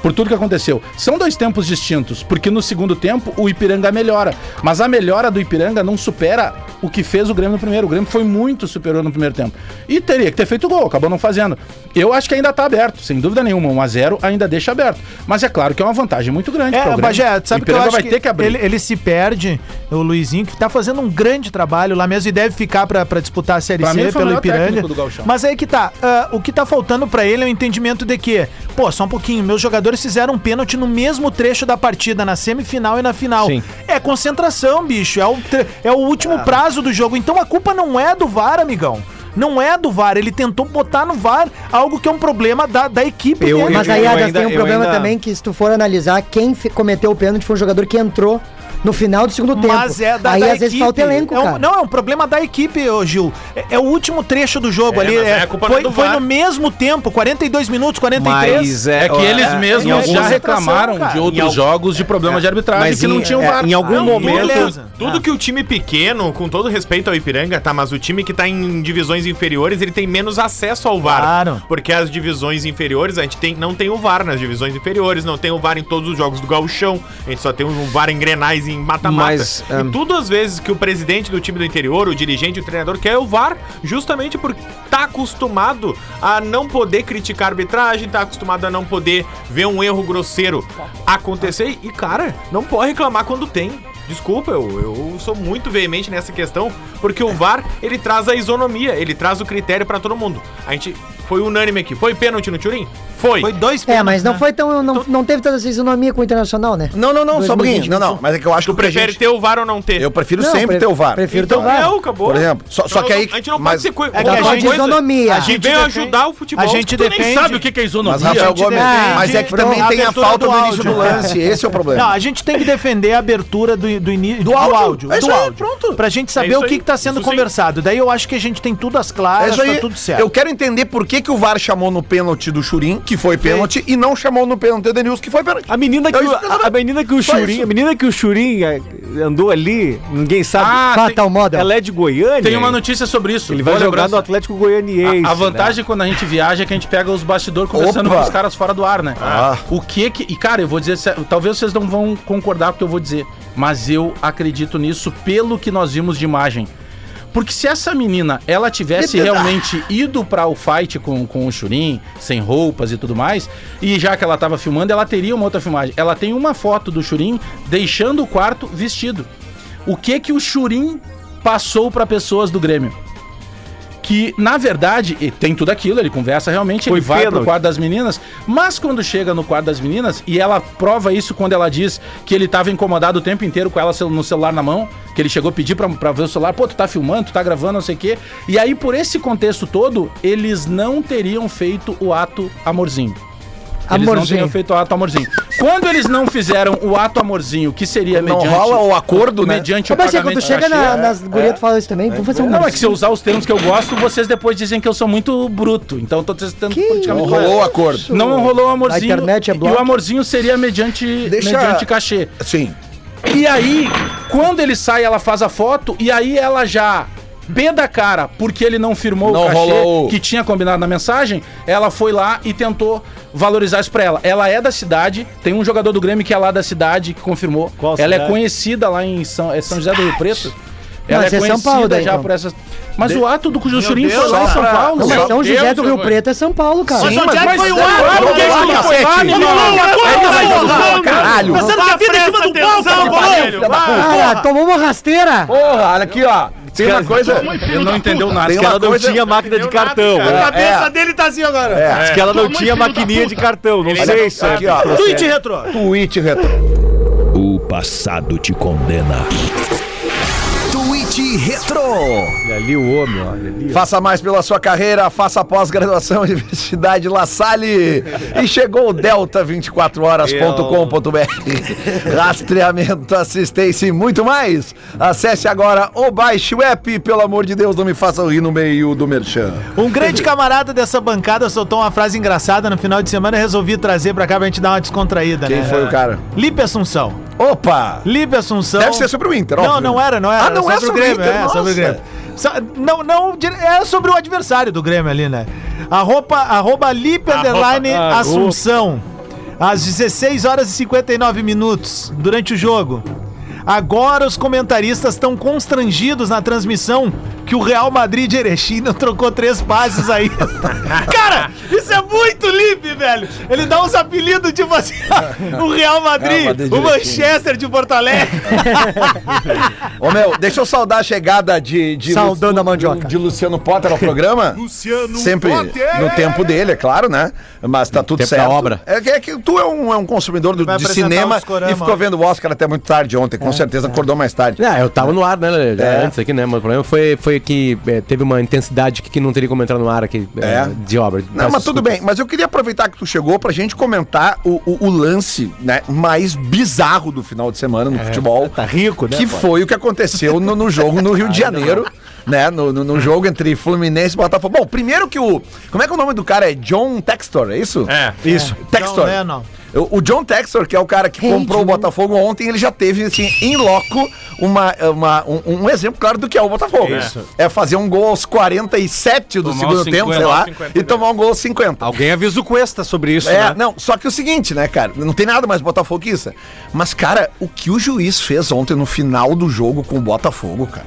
F: Por tudo que aconteceu. São dois tempos distintos, porque no segundo tempo o Ipiranga melhora. Mas a melhora do Ipiranga não supera o que fez o Grêmio no primeiro. O Grêmio foi muito superior no primeiro tempo. E teria que ter feito gol, acabou não fazendo. Eu acho que ainda tá aberto, sem dúvida nenhuma. 1 a 0 ainda deixa aberto. Mas é claro que é uma vantagem muito grande. pro
D: É,
F: Grêmio.
D: Bagé, tu sabe
F: o
D: que eu
F: Ipiranga
D: acho
F: vai
D: que,
F: ter que abrir.
D: Ele, ele se perde, o Luizinho, que tá fazendo um grande trabalho lá mesmo e deve ficar pra, pra disputar a Série
F: Pra mim,
D: C
F: ele foi o
D: pelo
F: melhor
D: Ipiranga.
F: técnico do Gauchão.
D: Mas aí que tá, ah, o que tá faltando pra ele é o entendimento de que, pô, só um pouquinho, meus jogadores fizeram um pênalti no mesmo trecho da partida, na semifinal e na final.
B: Sim.
D: É concentração, bicho, é o, tre- é o último prazo do jogo, então a culpa não é do VAR, amigão. Não é do VAR, ele tentou botar no VAR algo que é um problema da, da equipe
B: Eu-
D: dele.
B: eu-
G: Mas aí, Adas,
B: ainda-
G: tem um
B: eu
G: problema
B: ainda-
G: também que se tu for analisar, quem fe- cometeu o pênalti foi um jogador que entrou no final do segundo tempo.
D: Mas é da,
G: aí
D: da
G: às vezes falta elenco,
D: É um-
G: cara.
D: Não, é um problema da equipe, ô, Gil. É, é o último trecho do jogo
E: É,
D: ali.
E: mas
D: é-
E: é a culpa
D: foi,
E: não é do
D: foi
E: VAR.
D: no mesmo tempo, 42 minutos, 43.
B: Mas é,
F: É que eles
B: em
F: mesmos
B: algum- é
F: já
D: alguns-
F: reclamaram
D: Cara,
F: de
D: em
F: outros
B: algum-
F: jogos de problemas de arbitragem
B: Mas
F: que não
B: em-
F: tinham
B: é,
F: VAR.
B: em algum
E: Não, tudo-
B: momento-
E: Tudo, que o time pequeno, com todo respeito ao Ipiranga, tá? Mas o time que tá em divisões inferiores, ele tem menos acesso ao VAR.
D: Claro.
E: Porque as divisões inferiores, a gente tem, não tem o VAR nas divisões inferiores, não tem o VAR em todos os jogos do Gauchão, a gente só tem o VAR em Grenais e em mata-mata.
B: Mas,
E: E
B: ahn,
E: tudo às vezes que o presidente do time do interior, o dirigente, o treinador quer é o VAR, justamente porque tá acostumado a não poder criticar a arbitragem, tá acostumado a não poder ver um erro grosseiro acontecer e, cara, não pode reclamar quando tem. Desculpa, eu, eu sou muito veemente nessa questão, porque o VAR, ele traz a isonomia, ele traz o critério pra todo mundo. A gente foi unânime aqui. Foi pênalti no Turim? Foi.
D: Foi dois
G: É, mas não
D: né?
G: foi tão. Não, não teve tanta isonomia com o internacional, né?
C: Não, não, não, só um pouquinho.
G: 2020.
C: Não, não, mas é que eu acho
E: Tu
C: que o que a
E: prefere
C: gente-
E: ter o VAR ou não ter?
C: Eu prefiro
G: Não,
C: sempre
G: pre-
C: ter o VAR.
G: prefiro
C: Então,
G: ter o VAR.
E: Não, acabou.
C: Por exemplo, só- só
E: Então,
C: que aí-
E: A gente não
C: mas-
E: pode ser
B: É
E: co-
D: que
G: Não
D: a
E: uma
G: pode
D: gente-
E: coisa-
G: isonomia.
E: A gente
D: A
E: veio
D: gente
E: ajudar o futebol.
D: a gente
E: tu nem
D: defende-
E: sabe o que que é isonomia.
C: Mas Rafael
D: Depende,
C: Gomes,
D: depende.
C: mas é que também
D: A
C: tem a
D: abertura
C: falta
D: do
C: no início do
D: áudio.
C: lance, esse é o problema.
D: Não, a gente tem que defender a abertura do, do início do,
C: áudio,
D: áudio.
C: é isso
D: do
C: aí,
D: áudio.
C: pronto.
D: Pra gente
E: É
D: saber
E: isso
D: o que,
E: aí,
D: que tá sendo
E: isso sim.
D: conversado. Daí eu acho que a gente tem tudo às
C: É
D: claro,
C: isso aí.
D: tá tudo certo.
C: Eu quero entender por que, que o VAR chamou no pênalti do Churim, que foi pênalti, e não chamou no pênalti do Edenilson, que foi pênalti.
B: A menina que,
C: Eu
B: o-
C: espero-
B: a, a menina que o
C: Só
B: Churim,
C: isso.
B: a menina que o Churim eh, andou ali, ninguém sabe.
F: Ah,
G: Fatal Model.
B: Ela é de Goiânia.
F: Tem uma notícia sobre isso.
B: Ele vai
F: Boa
B: jogar
F: lembrança.
B: no Atlético Goianiense. né?
F: A, a vantagem quando a gente viaja é que a gente pega os bastidores conversando
C: né? Opa!
F: com os caras fora do ar, né?
C: Ah.
F: O que que. E, cara, eu vou dizer. sé- Talvez vocês não vão concordar com o que eu vou dizer, mas eu acredito nisso pelo que nós vimos de imagem. Porque se essa menina, ela tivesse realmente ido pra o fight com, com o Churim, sem roupas e tudo mais, e já que ela tava filmando, ela teria uma outra filmagem. Ela tem uma foto do Churim deixando o quarto vestido. O que que o Churim passou pra pessoas do Grêmio? que, na verdade, e tem tudo aquilo, ele conversa realmente,
B: Foi
F: ele vai pro
B: pênalti.
F: quarto das meninas, mas quando chega no quarto das meninas, e ela prova isso quando ela diz que ele tava incomodado o tempo inteiro com ela cel- no celular na mão, que ele chegou a pedir pra, pra ver o celular, pô, tu tá filmando, tu tá gravando, não sei o quê. E aí, por esse contexto todo, eles não teriam feito o ato amorzinho. Eles não
G: Amorzinho.
F: teriam feito o ato amorzinho. Quando eles não fizeram o ato amorzinho, que seria
C: Não rola o acordo, né?
F: mediante
G: Ô,
F: o
G: Baixinha,
F: pagamento
G: é quando
F: da
G: chega na-
F: taxa,
G: nas gurias, tu fala isso também? Vamos fazer um
F: não, é que se eu usar os termos que eu gosto, vocês depois dizem que eu sou muito bruto. Então eu tô tentando
G: Que
F: politicamente
G: isso?
F: correto.
D: é.
C: Rolou o acordo.
F: Não rolou o amorzinho.
G: A internet é
F: e
G: bloco.
F: o amorzinho seria mediante,
C: Deixa-
F: mediante cachê.
C: Sim.
F: E aí, quando ele sai, ela faz a foto e aí ela já pé da cara, porque ele não firmou
C: Não
F: o cachê
C: rolou.
F: que tinha combinado na mensagem, ela foi lá e tentou valorizar isso pra ela. Ela é da cidade, tem um jogador do Grêmio que é lá da cidade que confirmou.
B: Qual
F: ela é
B: cidade?
F: conhecida lá em São, é São José do Rio Preto. Ela
G: Mas
F: é
G: é São
F: conhecida
G: Paulo daí,
F: já
G: então.
F: por essas. Mas o ato do Cujo Churim foi
E: Deus,
F: lá em
E: só
F: São
E: pra-
F: Paulo.
G: Não, mas São José do Rio Preto é São Paulo, cara.
C: Sim,
I: onde é que
C: mas-
I: foi o ar?
C: Vamos
I: Por que
C: lá,
E: que não foi
C: cacete.
E: lá, menino?
C: Caralho.
I: Você não tá vindo em cima do palco, Bolão!
G: Cara, tomou uma rasteira.
C: Porra, olha aqui, ó. Tem uma coisa.
F: Ele não entendeu nada.
C: Tem
B: que ela
C: uma
B: não
C: coisa.
B: tinha máquina de
E: entendeu nada,
B: cartão.
E: cara.
B: né?
I: A cabeça
C: É.
I: dele tá assim agora.
C: É.
B: Diz que ela não tinha maquininha de cartão, não
C: Olha
B: sei se é.
C: Aqui, ó.
I: Tweet retrô.
C: Tweet retrô.
A: O passado te condena.
H: Twitch Retro.
C: Faça mais pela sua carreira, faça pós-graduação (laughs) Universidade La Salle. E chegou o delta24horas.com.br. Rastreamento, assistência e muito mais. Acesse agora ou baixe o app, pelo amor de Deus, não me faça rir no meio do merchan.
D: Um grande camarada dessa bancada soltou uma frase engraçada no final de semana e resolvi trazer pra cá pra gente dar uma descontraída,
C: Quem
D: né?
C: foi o cara?
D: Lipe Assunção.
C: Opa!
D: Lipe Assunção.
C: Deve ser sobre o Inter,
D: Não, não era, não era.
C: Ah, não é sobre o Inter,
D: é,
C: nossa.
D: sobre o Grêmio. So- Não, não, dire- é sobre o adversário do Grêmio ali, né? Arroba, arroba Lipe Underline
B: arroba.
D: Assunção. Às 16 horas e 59 minutos, durante o jogo. Agora os comentaristas estão constrangidos na transmissão que o Real Madrid de Erechim não trocou três passes
C: (laughs)
D: aí. Cara, isso é muito Lipe, velho. Ele dá uns apelidos tipo
C: (laughs)
D: assim, o Real Madrid,
C: Madrid de
D: o
C: Erechim.
D: Manchester de Porto Alegre.
C: Ô meu, deixa eu saudar a chegada de. de
G: Saudando
C: Lu-
G: a mandioca.
C: De Luciano Potter ao programa. Luciano Sempre no tempo dele, é claro, né? Mas tá tudo
F: Tempo
C: certo.
F: da obra.
C: É, que- é que tu é um, é um consumidor do-
D: Vai
C: de
D: apresentar
C: cinema
D: os Corama.
C: e ficou vendo o Oscar até muito tarde ontem, com certeza acordou mais tarde.
J: Ah, eu tava no ar, né, Lelê? Já
C: É.
J: antes aqui, né? Mas o problema foi, foi que eh, teve uma intensidade que, que não teria como entrar no ar aqui eh,
C: É.
J: de obra.
C: Não,
J: Peço
C: mas tudo
J: desculpas.
C: bem, mas eu queria aproveitar que tu chegou pra gente comentar o, o- o lance né, mais bizarro do final de semana no futebol.
B: Tá rico, né?
C: que foi o que aconteceu no, no jogo no Rio de Janeiro, né? No, no, no jogo entre Fluminense e Botafogo. Bom, primeiro que o. Como é que o nome do cara é? John Textor, é isso?
E: É.
C: Isso. Textor.
D: John Lennon.
C: O o John Textor, que é o cara que comprou o Botafogo ontem, ele já teve, assim, em loco, uma, uma- um, um exemplo claro do que é o Botafogo.
E: Isso.
C: É fazer um gol aos 47 do
F: Tomar
C: segundo
F: os
C: tempo,
F: 50,
C: sei lá,
E: os 50,
C: e tomar um gol aos 50.
B: Alguém avisa o Cuesta sobre isso,
C: É,
B: né?
C: não, só que é o seguinte, né, cara? Não tem nada mais botafoguista. Mas, cara, o que o juiz fez ontem no final do jogo com o Botafogo, cara?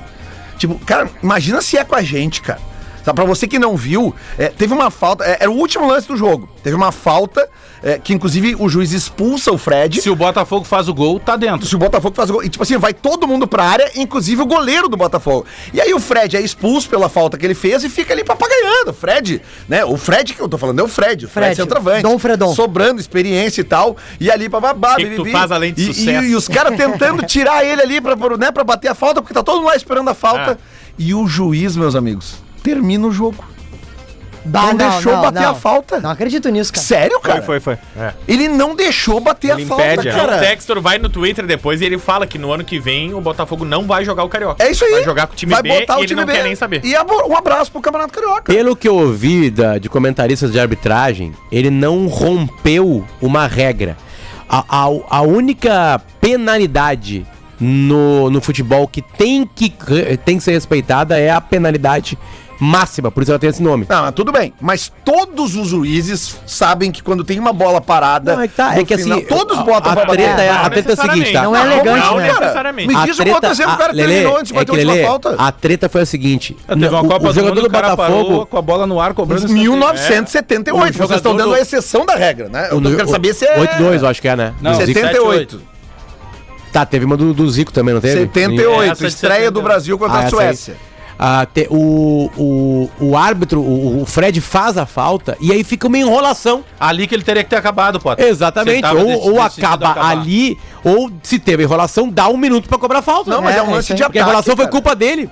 C: Tipo, cara, imagina se é com a gente, cara. Sabe, pra você que não viu, é, teve uma falta. é, era o último lance do jogo. Teve uma falta é, que, inclusive, o juiz expulsa o Fred.
F: Se o Botafogo faz o gol, tá dentro.
C: Se o Botafogo faz o gol. E, tipo assim, vai todo mundo pra área, inclusive o goleiro do Botafogo. E aí o Fred é expulso pela falta que ele fez e fica ali papagaiando. Fred, né? O Fred que eu tô falando é o Fred. O Fred,
G: Fred,
C: centroavante.
G: Dom Fredon.
C: Sobrando experiência e tal. E ali bababá,
E: Que que tu faz além de
C: e,
E: sucesso?
C: E, e os caras tentando tirar ele ali pra, pra- né, pra bater a falta, porque tá todo mundo lá esperando a falta. E o juiz, meus amigos, termina o jogo. Não, deixou bater a falta.
G: Não acredito nisso, cara.
C: Sério, cara?
B: Foi, foi, foi.
C: Ele não deixou bater
B: Ele
C: a falta,
B: impede, é.
E: O
C: cara.
E: Textor vai no Twitter depois e ele fala que no ano que vem o Botafogo não vai jogar o Carioca.
C: É isso aí.
E: Vai jogar com o time
C: Vai
E: B
C: botar
E: e
C: o
E: ele
C: time
E: não
C: B.
E: quer nem saber.
C: E abo- um abraço pro Campeonato Carioca.
J: Pelo que eu ouvi da- de comentaristas de arbitragem, ele não rompeu uma regra. A, a- a única penalidade no, no futebol que tem, que tem que ser respeitada é a penalidade máxima, por isso ela tem esse nome.
C: Não, mas tudo bem. Mas todos os juízes sabem que quando tem uma bola parada.
J: Não, é que tá, é
C: no
J: que assim,
C: todos
J: a-
C: botam
J: a
C: pra bater.
J: treta é-
E: Não
J: a treta é o seguinte, tá?
E: necessariamente.
G: Não é elegante,
E: não
G: né?
E: necessariamente.
C: Me diz o outro exemplo que o cara
J: Lelê,
C: terminou antes de
J: é
C: bater
J: que,
C: a última
J: Lelê,
C: falta.
J: A treta foi a seguinte:
F: Ah, Teve uma
J: o,
F: Copa
J: o jogador
F: Mundo,
J: do
F: o cara
J: Botafogo
F: parou com a bola no ar cobrando escanteio.
C: 1978.
F: O
E: É.
C: Vocês estão
F: jogador
C: dando
F: do-
C: a exceção da regra, né? Eu
J: no-
C: quero saber se é.
J: 8-2, eu acho que é, né?
F: Não,
J: Do Zico.
C: 78.
J: Tá, teve uma do, do Zico também, não teve?
C: 78.
E: Essa de
C: Estreia do
E: 78.
C: Brasil contra
J: Ah,
C: a
J: essa aí.
C: Suécia.
J: Ah, te- o, o, o árbitro, o, o Fred faz a falta e aí fica uma enrolação.
F: Ali que ele teria que ter acabado, Potter.
J: Exatamente.
F: Sentava
J: Ou,
F: dec-
J: ou
F: decidido
J: acaba
F: acabar.
J: ali, ou se teve enrolação, dá um minuto pra cobrar falta.
C: Não, mas é um lance
J: isso aí.
C: de
J: Porque a
C: ataque,
J: enrolação
C: cara.
J: foi culpa dele.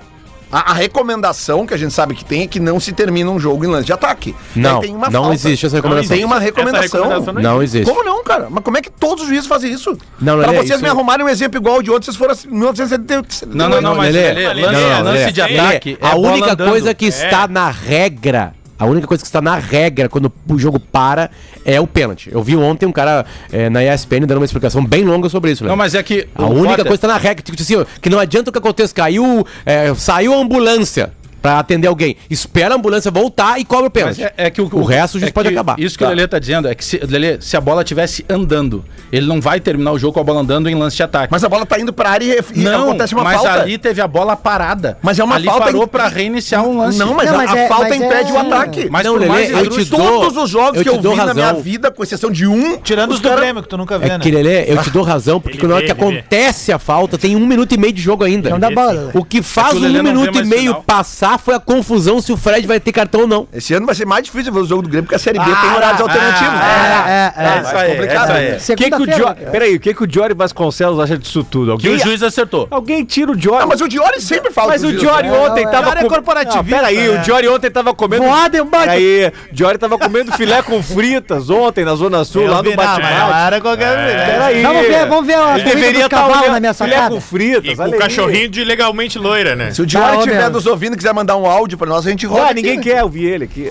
C: A, a recomendação que a gente sabe que tem é que não se termina um jogo em lance de ataque.
J: Não,
C: Aí tem uma
J: não
C: falta.
J: existe essa recomendação.
C: Tem uma recomendação.
E: Essa recomendação não
J: Não existe.
C: Como não, cara? Mas como é que todos os juízes fazem isso?
J: Não, não,
C: pra
J: é
C: vocês
J: isso-
C: me arrumarem um exemplo igual de outro, vocês foram assim, 1970.
F: Não, não, não, mas
J: Lelê,
F: Lelê,
J: Lelê,
F: lance-
J: não, não,
F: lance
J: Lelê.
F: de
J: Lelê,
F: ataque é
J: A
F: bola
J: única
F: andando.
J: coisa que está na regra. A única coisa que está na regra quando o jogo para é o pênalti. Eu vi ontem um cara eh, na ESPN dando uma explicação bem longa sobre isso. Lelê.
F: Não, mas é que.
J: A
F: o
J: única
F: Potter-
J: coisa que tá na regra, tipo assim, ó, que não adianta o que aconteça. Caiu, é, saiu a ambulância pra atender alguém. Espera a ambulância voltar e cobra o
F: Mas
J: pênalti.
F: é, é que o,
J: o resto o juiz
F: é
J: pode
F: que
J: acabar.
F: Isso que o Lelê tá dizendo é que se, Lelê, se a bola estivesse andando, ele não vai terminar o jogo com a bola andando em lance de ataque.
C: Mas a bola tá indo pra área e, e
F: não,
C: acontece uma
F: mas
C: falta.
F: ali teve a bola parada.
C: Mas é uma
F: ali
C: falta
F: parou
C: em-
F: pra reiniciar um lance.
C: Não, mas,
G: Não,
C: a-
G: mas
C: a,
G: é-
C: falta
G: mas é-
C: impede o ataque.
F: Mas
J: não,
F: por mais
J: Lelê, eu
F: injusto-
J: te dou,
C: todos os jogos que
J: eu te
C: eu vi
J: dou
C: na
J: razão.
C: minha vida, com exceção de um,
D: (laughs) Tirando os do
C: cara-
D: Grêmio, que
F: tá
D: tu nunca vê, né?
J: É que, Lelê, eu te dou razão, porque
I: Ele
J: na hora
I: vê,
J: que
I: ele vê.
J: acontece a falta, tem um minuto e meio de jogo ainda.
G: Não dá bola.
J: O que
F: É
J: faz
F: que o
J: um
F: Lelê não vê
J: minuto e
F: mais
J: meio
F: final.
J: passar foi a confusão se o Fred vai ter cartão ou não.
C: Esse ano vai ser mais difícil ver o jogo do Grêmio, porque a Série B tem horários alternativos.
G: É, é, é.
C: isso aí, complicado. né?
B: Que que o
G: Segunda-feira,
B: Jo-
G: cara.
B: Peraí, o que, que o Jory Vasconcelos acha disso tudo?
F: Que
B: Alguém,
F: o juiz acertou.
B: alguém tira o Jory.
C: Ah, mas o Diori sempre fala
B: Mas
C: com
B: o
C: juiz.
B: Diori ontem
G: não,
B: tava.
D: Diori é
B: com-
D: corporativista,
B: Não, peraí,
D: né?
B: o Diori ontem tava comendo.
G: Voadem, bate.
B: Peraí, o Diori tava comendo filé com fritas ontem na Zona Sul,
D: Eu
B: lá
D: vi,
B: no
D: não, mas
B: Batman.
D: lá era qualquer né?
B: Peraí.
G: Vamos ver, vamos ver a
B: Ele
G: corrida
B: deveria
G: dos
B: estar
G: cavalos
B: olhando
G: na minha
B: filé
G: sacada.
B: com fritas.
E: E com o
B: alegria.
E: cachorrinho de legalmente loira, né?
C: Se o Diori
G: Tá, ô,
C: estiver
G: meu.
C: nos ouvindo e quiser mandar um áudio pra nós, a gente roda.
B: Ah,
C: aqui,
B: ninguém
C: né?
B: quer ouvir ele aqui.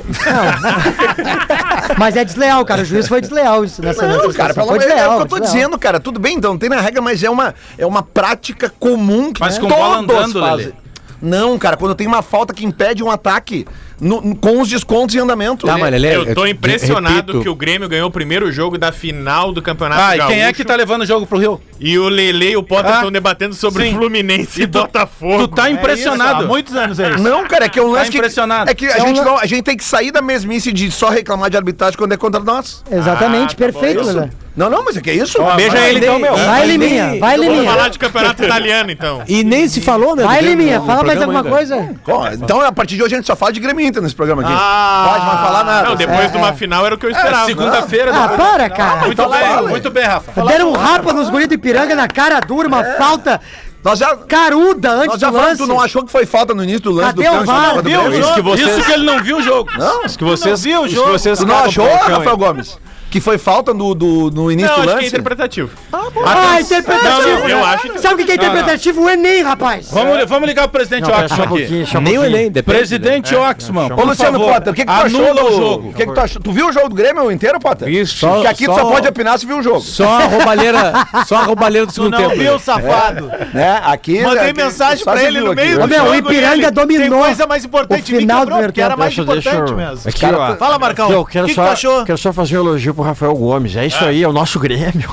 G: Mas é desleal, cara. O juiz foi desleal isso nessa nessa
C: Não, cara,
G: situação.
C: pelo
G: Foi
C: amor de Deus, é o que eu tô
G: desleal.
C: dizendo, cara. Tudo bem, então, não tem na regra, mas é uma, é uma prática comum que né?
F: Mas com
C: todos
F: bola andando,
C: fazem.
F: Lelê.
C: Não, cara, quando tem uma falta que impede um ataque no- no- com os descontos em andamento.
J: Tá, mas Lelê,
F: É, eu
E: Eu tô
J: te-
E: impressionado
J: repito,
E: que o Grêmio ganhou o primeiro jogo da final do Campeonato
F: Ah, e
E: Gaúcho.
F: quem é que tá levando o jogo pro Rio?
E: E o Lele e o Potter
F: Ah,
E: estão debatendo sobre
F: sim.
E: Fluminense e,
F: tu-
E: Botafogo.
F: tu tá impressionado.
D: Há muitos anos aí.
C: Não, cara, é que é um lance que-
F: Tá impressionado.
C: É que a,
G: É um
C: gente
G: lan-
C: não- a gente tem que sair da mesmice de só reclamar de arbitragem quando é contra nós.
G: Exatamente, perfeito, Lelê.
C: Não, não, mas é que é isso?
B: Beija ele então, meu.
G: Vai, Liminha, vai,
E: Vamos falar
G: Liminha.
E: de Campeonato Italiano, então.
J: E nem se falou, né?
G: Vai,
J: do Grêmio
G: Liminha,
J: no
G: fala mais
J: programa
G: alguma
J: ainda.
G: coisa.
C: Bom, então, a partir de hoje, a gente só fala de Grêmio e Inter nesse programa aqui.
F: Ah!
C: Pode mais falar nada.
E: Não, depois
G: É,
E: de uma
G: é.
E: final era o que eu esperava.
F: Segunda-feira.
G: Ah,
F: depois-
G: para, cara.
B: então
F: Muito bem,
C: fala.
F: muito bem, Rafa.
G: Deram um rapa nos guris do Ipiranga na cara dura, uma falta
C: Nós já,
G: caruda antes
C: nós já
G: do
C: falamos,
G: lance.
C: tu não achou que foi falta no início do lance
G: Cadê o
C: do
G: VAR?
C: contra o
G: Viu,
C: Grêmio?
B: Isso que vocês.
F: Isso que ele não viu o jogo.
C: Não,
B: Isso que vocês.
D: viu o
B: isso que
D: jogo?
B: vocês
C: tu não
B: catam
C: achou,
B: pro chão,
C: Rafael
B: hein?
C: Gomes? Que foi falta no, do, no início do
E: Não, acho que é
C: lance?
E: interpretativo.
G: Ah, interpretativo.
E: Não, não, eu acho que-
G: Sabe o que que é interpretativo? O Enem, rapaz.
E: É.
F: Vamos, vamos ligar pro presidente
K: um
F: Oxman aqui.
J: Nem o Enem, depende.
F: Presidente
D: né? É,
F: Oxman,
C: Ô, Luciano Potter, o que, que tu achou
F: anula
C: do
F: o jogo.
C: O que, que tu achou? Tu viu o jogo do Grêmio inteiro, Potter?
B: Vixe.
C: Que aqui tu só pode opinar se viu o jogo.
J: Só a roubalheira, (laughs) só a roubalheira do
D: Tu
J: segundo
D: não
J: tempo.
D: viu, safado.
C: Né? Aqui.
D: Mandei
C: aqui,
D: mensagem
C: só
D: pra
C: se
D: ele
C: viu
D: no
C: aqui.
D: meio
G: Ô,
D: do
G: meu,
E: né?
G: o
D: jogo,
G: Ipiranga
D: ele, Tem
G: dominou
D: coisa mais importante
G: o final do
D: quebrou,
G: primeiro
D: porque era
G: tempo.
D: mais é importante mesmo.
K: Aqui, ó.
D: Fala, Marcão.
K: Eu quero,
D: o que, que
K: só,
D: tu achou?
K: quero só fazer um elogio pro Rafael Gomes. É isso aí, é o nosso
J: (laughs)
K: Grêmio.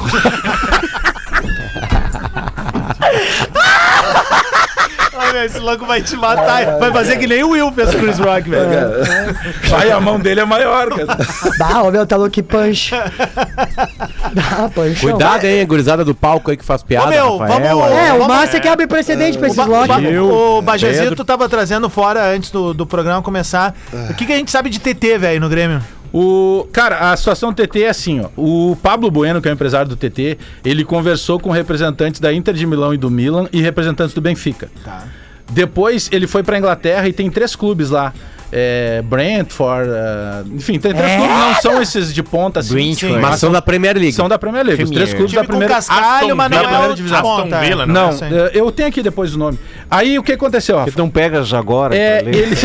E: Então,
D: Ah, meu, esse louco vai te
F: É.
D: matar. Tá, Vai fazer que nem o Will fez com o Chris Rock, velho.
F: Aí a mão dele
C: (laughs)
F: é maior, cara.
G: Bah, ô, meu, tá louco
E: (laughs)
G: que punch. Ah, punch.
J: Cuidado, hein, gurizada do palco aí que faz piada,
D: Ô, meu,
J: Rafael.
D: vamos-
J: é.
G: É, o Márcio é que abre precedente pra esses
D: Ba-
G: lotes.
D: ba- o Bajazito
J: Pedro.
D: tava trazendo fora antes do, do programa começar. O que, que a gente sabe de TT, velho, no Grêmio?
F: O, cara, a situação do TT é assim, ó. O Pablo Bueno, que é o empresário do TT, ele conversou com representantes da Inter de Milão e do Milan e representantes do Benfica. Depois ele foi pra Inglaterra e tem três clubes lá. É, Brentford, eh, enfim, tem três clubes, não são esses de ponta assim.
K: Brentford.
J: Mas são da Premier League.
F: São da Premier League, os três
K: Premier.
F: clubes da Premier League.
D: cascalho, mas
E: Villa,
D: não é o
E: primeira divisão. Aston
D: ponta, é.
E: Villa,
F: Não,
D: Eu sei.
F: eh, eu tenho aqui depois o nome. Aí o que aconteceu, Rafa?
K: Então pegas agora.
F: É,
K: pra ler.
F: ele,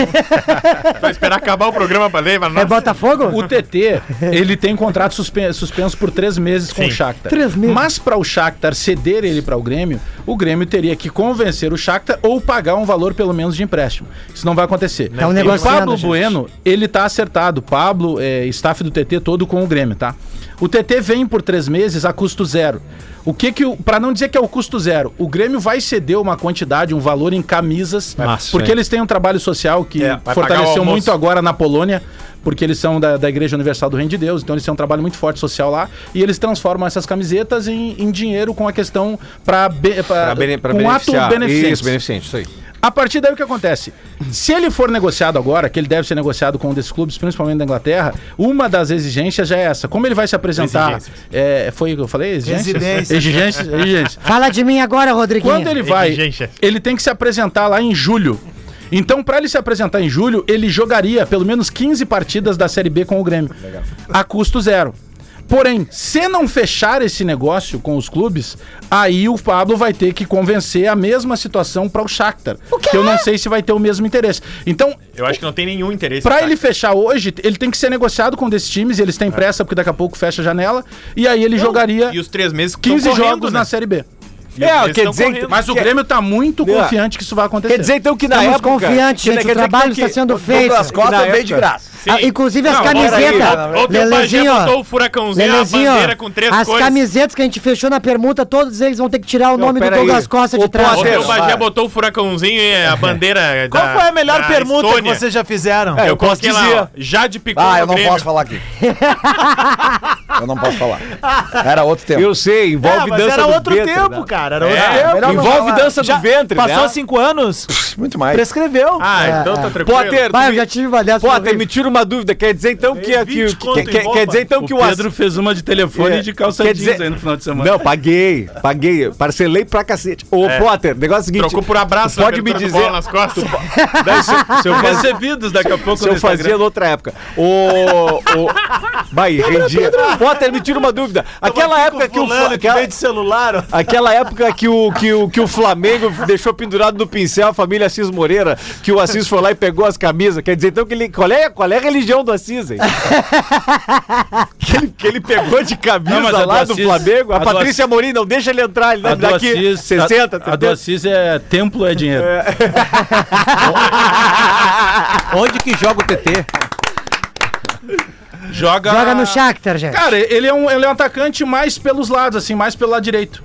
E: Vai esperar acabar o programa pra ler, mas
G: É
E: nossa.
G: Botafogo?
F: O TT, ele tem contrato suspen- suspenso por três meses com o Shakhtar.
G: Três meses.
F: Mas para o Shakhtar ceder ele para o Grêmio, o Grêmio teria que convencer o Shakhtar ou pagar um valor pelo menos de empréstimo. Isso não vai acontecer.
G: Tá um
F: E o Pablo
G: negociando, gente.
F: Bueno, ele tá acertado. Pablo, é, staff do TT todo com o Grêmio, tá? O TT vem por três meses a custo zero. O que que, para não dizer que é o custo zero, o Grêmio vai ceder uma quantidade, um valor em camisas,
B: Massa,
F: porque
B: hein?
F: eles têm um trabalho social que
E: É, vai pagar o
F: fortaleceu
E: almoço.
F: muito agora na Polônia, porque eles são da, da Igreja Universal do Reino de Deus, então eles têm um trabalho muito forte social lá, e eles transformam essas camisetas em, em dinheiro com a questão para
B: Pra, bene, pra
F: com ato
B: beneficiar.
F: beneficente.
B: Isso, beneficente, isso aí.
F: A partir daí o que acontece? Se ele for negociado agora, que ele deve ser negociado com um desses clubes, principalmente da Inglaterra, uma das exigências já é essa. Como ele vai se apresentar?
E: Exigências.
F: É, foi o que eu falei? Exigências?
D: Exigências.
F: Exigências. exigências.
G: Fala de mim agora, Rodriguinho.
F: Quando ele vai,
K: Exigências.
F: ele tem que se apresentar lá em julho. Então, pra ele se apresentar em julho, ele jogaria pelo menos 15 partidas da Série B com o Grêmio. A custo zero. Porém, se não fechar esse negócio com os clubes, aí o Pablo vai ter que convencer a mesma situação para o Shakhtar. que eu não sei se vai ter o mesmo interesse. Então,
E: Eu acho que não tem nenhum interesse.
F: Pra
E: tá?
F: ele fechar hoje, ele tem que ser negociado com um desses times, e eles têm pressa, porque daqui a pouco fecha a janela, e aí ele jogaria
E: E os três meses que tão
F: 15
E: correndo,
F: jogos É,
E: né?
F: na Série B.
E: E os meses
K: quer
E: tão
K: dizer que-
E: correndo.
F: Mas o Grêmio tá muito
K: Lua,
F: confiante que isso vai acontecer.
K: Quer dizer então que na
G: Estamos
K: época.
G: confiantes,
K: que-
G: gente,
K: quer dizer
G: o trabalho
K: então
G: está sendo feito.
C: Douglas
K: na
C: Costa veio de
K: época-
C: graça.
E: Sim.
G: Ah, inclusive as
E: Não,
G: camisetas.
E: olha aí, ó, o teu
G: Lelezinho,
E: pajé
G: ó.
E: botou o furacãozinho,
G: Lelezinho,
E: a
G: ó,
E: bandeira com três
G: as
E: cores.
G: camisetas que a gente fechou na permuta, todos eles vão ter que tirar o nome do
K: pera aí.
G: Douglas Costa
K: Ô,
G: de trás.
E: O teu
K: Vai.
E: Bagé botou o furacãozinho e a bandeira da
D: Qual foi a melhor
E: da
D: permuta
E: Estônia.
D: que vocês já fizeram?
K: É,
E: Eu,
K: eu posso
E: coloquei
K: dizer.
E: lá, ó, Jade Picou
C: Ah,
E: no
C: eu não
E: Grêmio.
C: posso falar aqui. Eu não posso falar. Era outro tempo.
K: Eu sei,
D: Ah,
K: envolve
D: mas
K: dança
D: era
K: do
D: outro
K: ventre,
D: tempo,
K: né?
D: cara. Era outro
E: É,
D: tempo.
C: melhor não
K: Envolve
C: falar.
K: dança
D: Já
K: do ventre,
D: Passou
K: né?
D: cinco anos,
C: Muito mais.
D: prescreveu.
E: Ah, então tá tranquilo.
K: Potter,
G: Vai,
K: tu
G: eu
K: me-
G: já tive uma dessas.
K: Potter, me tira uma dúvida. Quer dizer então que.
E: É,
K: que-
E: 20
K: que-
E: conto em
K: que-
E: roupa.
K: Quer dizer então que o assunto.
F: fez uma de telefone
K: É, quer dizer-
F: final de semana.
K: Não, paguei, paguei, parcelei pra cacete. Ô, Potter, negócio é o seguinte.
E: Trocou por abraço,
K: tu
E: na
K: pode me
E: abertura do
K: dizer-
E: bola nas costas.
K: Daí, se, eu- se eu fazia,
F: Recebidos daqui a pouco
K: se eu fazia na outra época. Ô. ô vai, rendia. Potter, me tira uma dúvida. Aquela época que o. Fla-
D: fulano que
K: aquela-
D: veio de celular, ó.
K: Aquela época que o, que, o, que o Flamengo deixou pendurado no pincel a família Assis Moreira, que o Assis foi lá e pegou as camisas. Quer dizer, então, que ele, qual, é, qual é a religião do Assis, hein? que, ele, que ele pegou de camisa
F: Não, mas a do
K: lá do,
F: Assis-
K: Flamengo. A,
F: a do
K: Patrícia Morim, não deixa ele entrar, ele
F: A do
K: daqui
F: Assis, é-
K: 60,
F: a, a do
K: 70.
F: Assis é templo é dinheiro.
K: (laughs)
J: Onde que joga o TT?
F: Joga...
G: Joga no Shakhtar, gente.
F: Cara, ele é, um, ele é um atacante mais pelos lados, assim, mais pelo lado direito.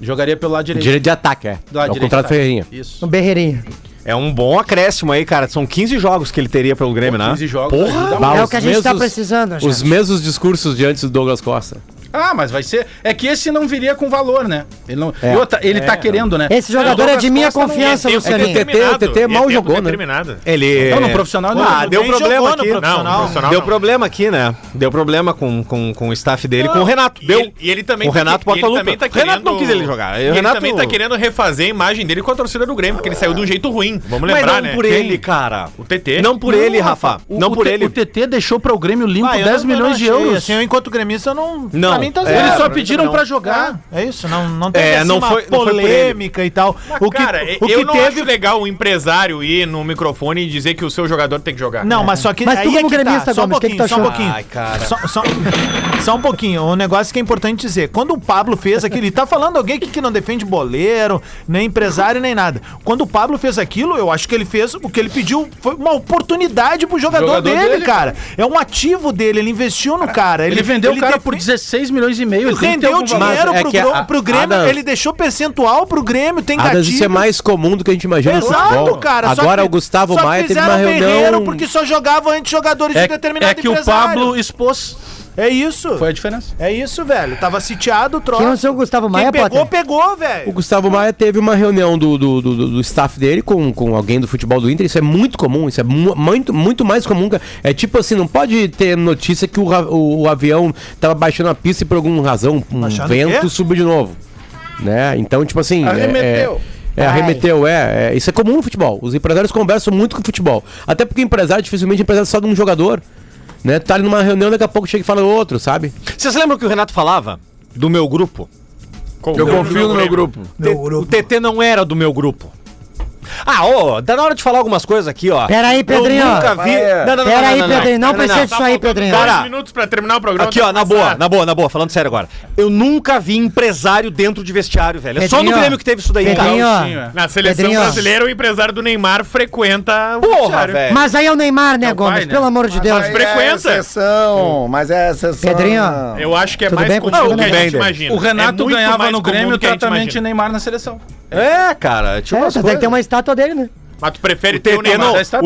F: Jogaria pelo lado direito.
J: Direito de ataque, é.
F: Lá
J: é o
F: direito,
J: contrato
F: tá.
J: Ferreirinha.
F: Isso.
G: No Um berreirinho.
B: É um bom acréscimo aí, cara. São 15 jogos que ele teria pelo Grêmio, né?
F: 15 jogos. Dá uma-
J: Bah,
G: É o
J: os
G: que a gente tá
J: mesmos-
G: precisando,
J: Os
G: gente.
J: mesmos discursos diante do Douglas Costa.
F: Ah, mas vai ser. É que esse não viria com valor, né? Ele, não...
J: É.
F: e outra, ele tá querendo, né?
G: Esse jogador é de minha confiança,
E: Tempo
G: Lucianinho.
E: determinado,
J: o TT mal
E: tempo
J: jogou, né?
E: um determinado.
B: Ele.
F: Não, Então, no
K: é-
F: profissional não.
B: Ah,
F: Ele
B: deu
D: bem
B: problema
D: jogou no
B: aqui.
D: profissional.
E: Não, profissional
B: Deu
E: não.
B: problema aqui, né? Deu problema com, com, com o staff dele,
E: Não,
B: com o Renato.
E: E
B: Deu.
E: ele, e ele também
B: o Renato
E: tá, que- e
B: Portaluppi.
E: ele também tá
B: Renato não
E: querendo-
B: quis ele jogar.
E: E
B: O
E: Ele
B: Renazer
E: também tá querendo refazer a imagem dele com a torcida do Grêmio, porque ele saiu de um jeito ruim. Vamos lembrar,
B: Mas não
E: né?
B: por
E: Quem?
B: ele, cara.
E: O TT.
B: Não por ele, Rafa.
F: O-
B: não
F: o
B: por
F: T-
B: ele.
F: O TT deixou para o Grêmio limpo
D: Ah, eu
F: 10
D: não- eu não
F: milhões de
D: achei,
F: euros.
D: Assim, eu, enquanto gremista, eu não.
B: Não.
D: Pra mim tá
B: É,
D: zero.
F: Eles só
D: Pra mim
F: pediram
D: não.
F: pra jogar.
D: É isso, não, não teve assim
B: É, não foi- não foi por ele.
D: polêmica e tal. o que,
E: Cara,
D: o que
E: eu não
D: teve.
E: acho legal o empresário ir no microfone e dizer que o seu jogador tem que jogar.
D: Não, mas só que.
G: Mas tu
D: aí é
G: como
D: que tá,
G: gremista,
D: só um
G: Gomes, o que que tu
D: pouquinho, só um
G: achou?
D: pouquinho. Ai, cara. Só, só- só um pouquinho. Um negócio que é importante dizer. Quando o Pablo fez aquilo, e tá falando alguém aqui que não defende boleiro, nem empresário, nem nada. Quando o Pablo fez aquilo, eu acho que ele fez o que ele pediu. Foi uma oportunidade pro jogador,
F: Jogador
D: dele,
F: dele,
D: cara. É um ativo dele, ele investiu no cara.
F: Ele, vendeu o cara por
D: defen-
F: 16 milhões e meio. ele tem que ter
D: rendeu
F: algum valor.
D: dinheiro
J: Mas é
D: pro,
J: que
D: Gro-
J: a-
D: pro Grêmio,
J: Adams-
D: ele deixou percentual pro Grêmio, tem
J: Ah, mas isso é
D: gatilho.
J: mais comum do que a gente imagina no
D: Tá Exato,
J: futebol.
D: cara. só
J: Agora
D: que-
J: o Gustavo
D: só
J: Maia teve
D: fizeram
J: uma
D: berreiro
J: reunião...
D: porque só jogava antes jogadores de
F: É,
D: determinado
F: é que o
D: empresário.
F: Pablo expôs.
D: É isso.
F: Foi a diferença.
D: É isso, velho. Tava sitiado o troço.
G: Quem é o seu Gustavo Maia,
D: Quem pegou,
G: Potter?
D: pegou,
J: O
D: velho.
J: Gustavo Maia teve uma reunião do, do, do, do- do staff dele com, com alguém do futebol do Inter. Isso é muito comum, isso é mu- muito, muito mais comum. que- É tipo assim, não pode ter notícia que o, ra- o, o avião tava baixando a pista e por alguma razão um
D: Baixando o quê?
J: vento subiu de novo. Né? Então, tipo assim... é-
F: Arremeteu.
J: É, é, arremeteu, é, é. Isso é comum no futebol. Os empresários conversam muito com o futebol. Até porque empresário, dificilmente, é empresário só de um jogador. Né? Tá ali numa reunião, daqui a pouco chega e fala outro, sabe?
B: Vocês lembram que o Renato falava? Do meu grupo.
J: Eu confio no meu grupo.
B: Te- O TT não era do meu grupo. Ah, ô, dá na hora de falar algumas coisas aqui, ó.
G: Pera aí, Pedrinho.
B: Eu nunca vi.
C: Vai, é.
B: Não, não, não,
G: Pera
B: não,
G: aí,
B: não, não.
G: Pedrinho. Não precisa disso aí, Pedrinho.
B: Cara,
E: Tá Dois minutos pra terminar o programa.
B: Aqui, ó, na
E: Tá
B: boa,
E: passado.
B: na boa, na boa, falando sério agora. Eu nunca vi empresário dentro de vestiário, velho. É só no
G: Pedrinho,
B: Grêmio que teve isso daí,
G: Pedrinho,
B: cara.
F: Sim, é.
E: Na seleção
G: Pedrinho.
E: brasileira, o empresário do Neymar frequenta o
B: Porra,
E: vestiário.
B: velho.
G: Mas aí é o Neymar, né, Gomes?
F: pai, né?
G: Pelo amor de Deus.
C: Mas É
E: frequenta.
C: exceção, mas é exceção.
G: Pedrinho.
E: Eu acho que é
G: Tudo
E: mais
G: bem
E: comum
G: contigo,
E: do que a
G: né?
E: gente imagina.
F: O Renato
E: É muito
F: ganhava
E: mais
F: no
E: comum
F: Grêmio
E: do
F: o
E: que a gente
F: tratamento de
E: imagina.
F: Neymar na seleção.
B: É, cara, tinha
G: É,
B: umas
G: até que tem
B: coisas.
G: uma estátua dele, né?
E: Mas tu prefere
B: O
E: ter o
B: TT
E: Neymar?
B: não-
E: Tu
B: o TT não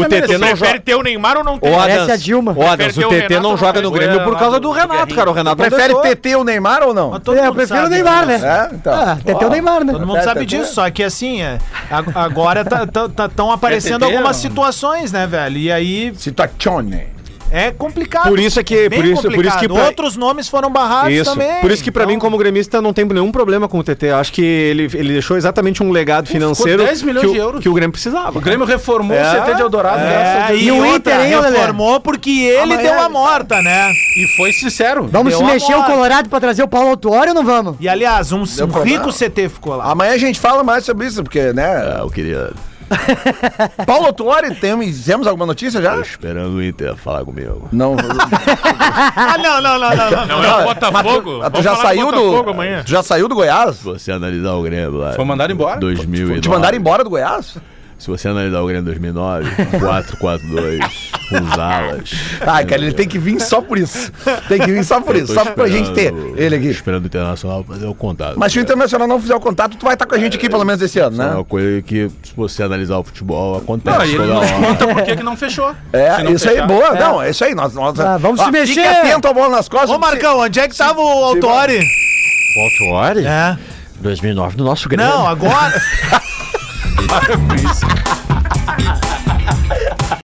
E: prefere
B: joga-
E: ter o Neymar ou não ter?
B: Ô,
G: Parece a
B: Adams,
G: Dilma.
B: ô, Adams,
E: Prefere
B: o
E: ter o
B: TT
E: Renato,
B: não joga no
E: não
B: Grêmio
E: é?
B: por causa do Renato, cara. O Renato não
C: Prefere
B: deixou.
C: TT ou Neymar ou não?
D: Mas todo
G: É, eu
D: mundo
G: prefiro o
D: sabe,
G: Neymar, né?
C: É, então.
G: Ah, até tem o Neymar, né?
D: Todo mundo sabe
C: Até-
D: disso, só que assim, é, a- agora tá, estão aparecendo
E: TT,
D: algumas
E: não?
D: situações, né, velho? E aí
C: Situazione.
D: é complicado.
B: Por isso é que-
D: Bem
B: por isso- por isso que
D: complicado.
B: pra-
D: Outros nomes foram barrados
B: Isso.
D: também.
B: Por isso que pra
D: Então,
B: mim, como gremista, não tem nenhum problema com o TT. Eu Acho que ele, ele deixou exatamente um legado financeiro
F: 10 milhões
B: que, o-
F: de euros.
B: que o Grêmio precisava.
F: O Grêmio reformou
B: É.
F: o CT de Eldorado, graças a
D: É,
F: Deus.
D: e
G: E o
D: o
G: Inter,
D: Inter,
G: hein, ô, Lelé?
D: reformou porque ele
G: Amanhã-
D: deu a morta, né?
F: E foi sincero.
G: Vamos
D: Deu
G: se
D: a
G: mexer um o
D: bola.
G: Colorado pra trazer o Paulo Autuori ou não vamos?
D: E aliás, um, um
C: problema.
D: rico CT ficou lá.
C: Amanhã a gente fala mais sobre isso, porque, né?
F: eu queria.
C: (laughs) Paulo Tuori, temos, temos alguma notícia já?
F: Esperando o Inter falar comigo.
C: Não.
D: Ah, não, não, não, não. não.
E: Não é o Botafogo?
C: Ah, tu
E: Vamos
C: já
E: falar
C: saiu do.
E: Botafogo amanhã.
C: Tu já saiu do Goiás?
F: Você analisar o Grêmio lá. Foi mandado embora? 2009.
C: Te mandaram embora do Goiás?
F: Se você analisar o Grêmio 2009, (laughs) 4-4-2, com os alas.
C: Ah, cara, ele tem que vir só por isso. Tem que vir só por isso. Só pra gente ter ele aqui.
F: Esperando o Internacional fazer o contato.
C: Mas se o Internacional não fizer o contato, tu vai estar com a gente aqui pelo menos esse ano,
F: É uma
C: né?
F: coisa que, se você analisar o futebol, acontece
K: Não, e ele
F: toda
K: não
F: hora.
K: conta por que que não fechou. Se
C: É,
K: não
C: isso aí,
K: fechar.
C: boa. Não, é isso aí. Nós, nós,
G: Ah, vamos
C: ó,
G: se
C: fique
G: mexer.
C: atento ao bola nas costas.
D: Ô, Marcão, onde é que tava o Autori?
B: Volta hora?
D: É.
B: 2009 no nosso
D: Não, agora.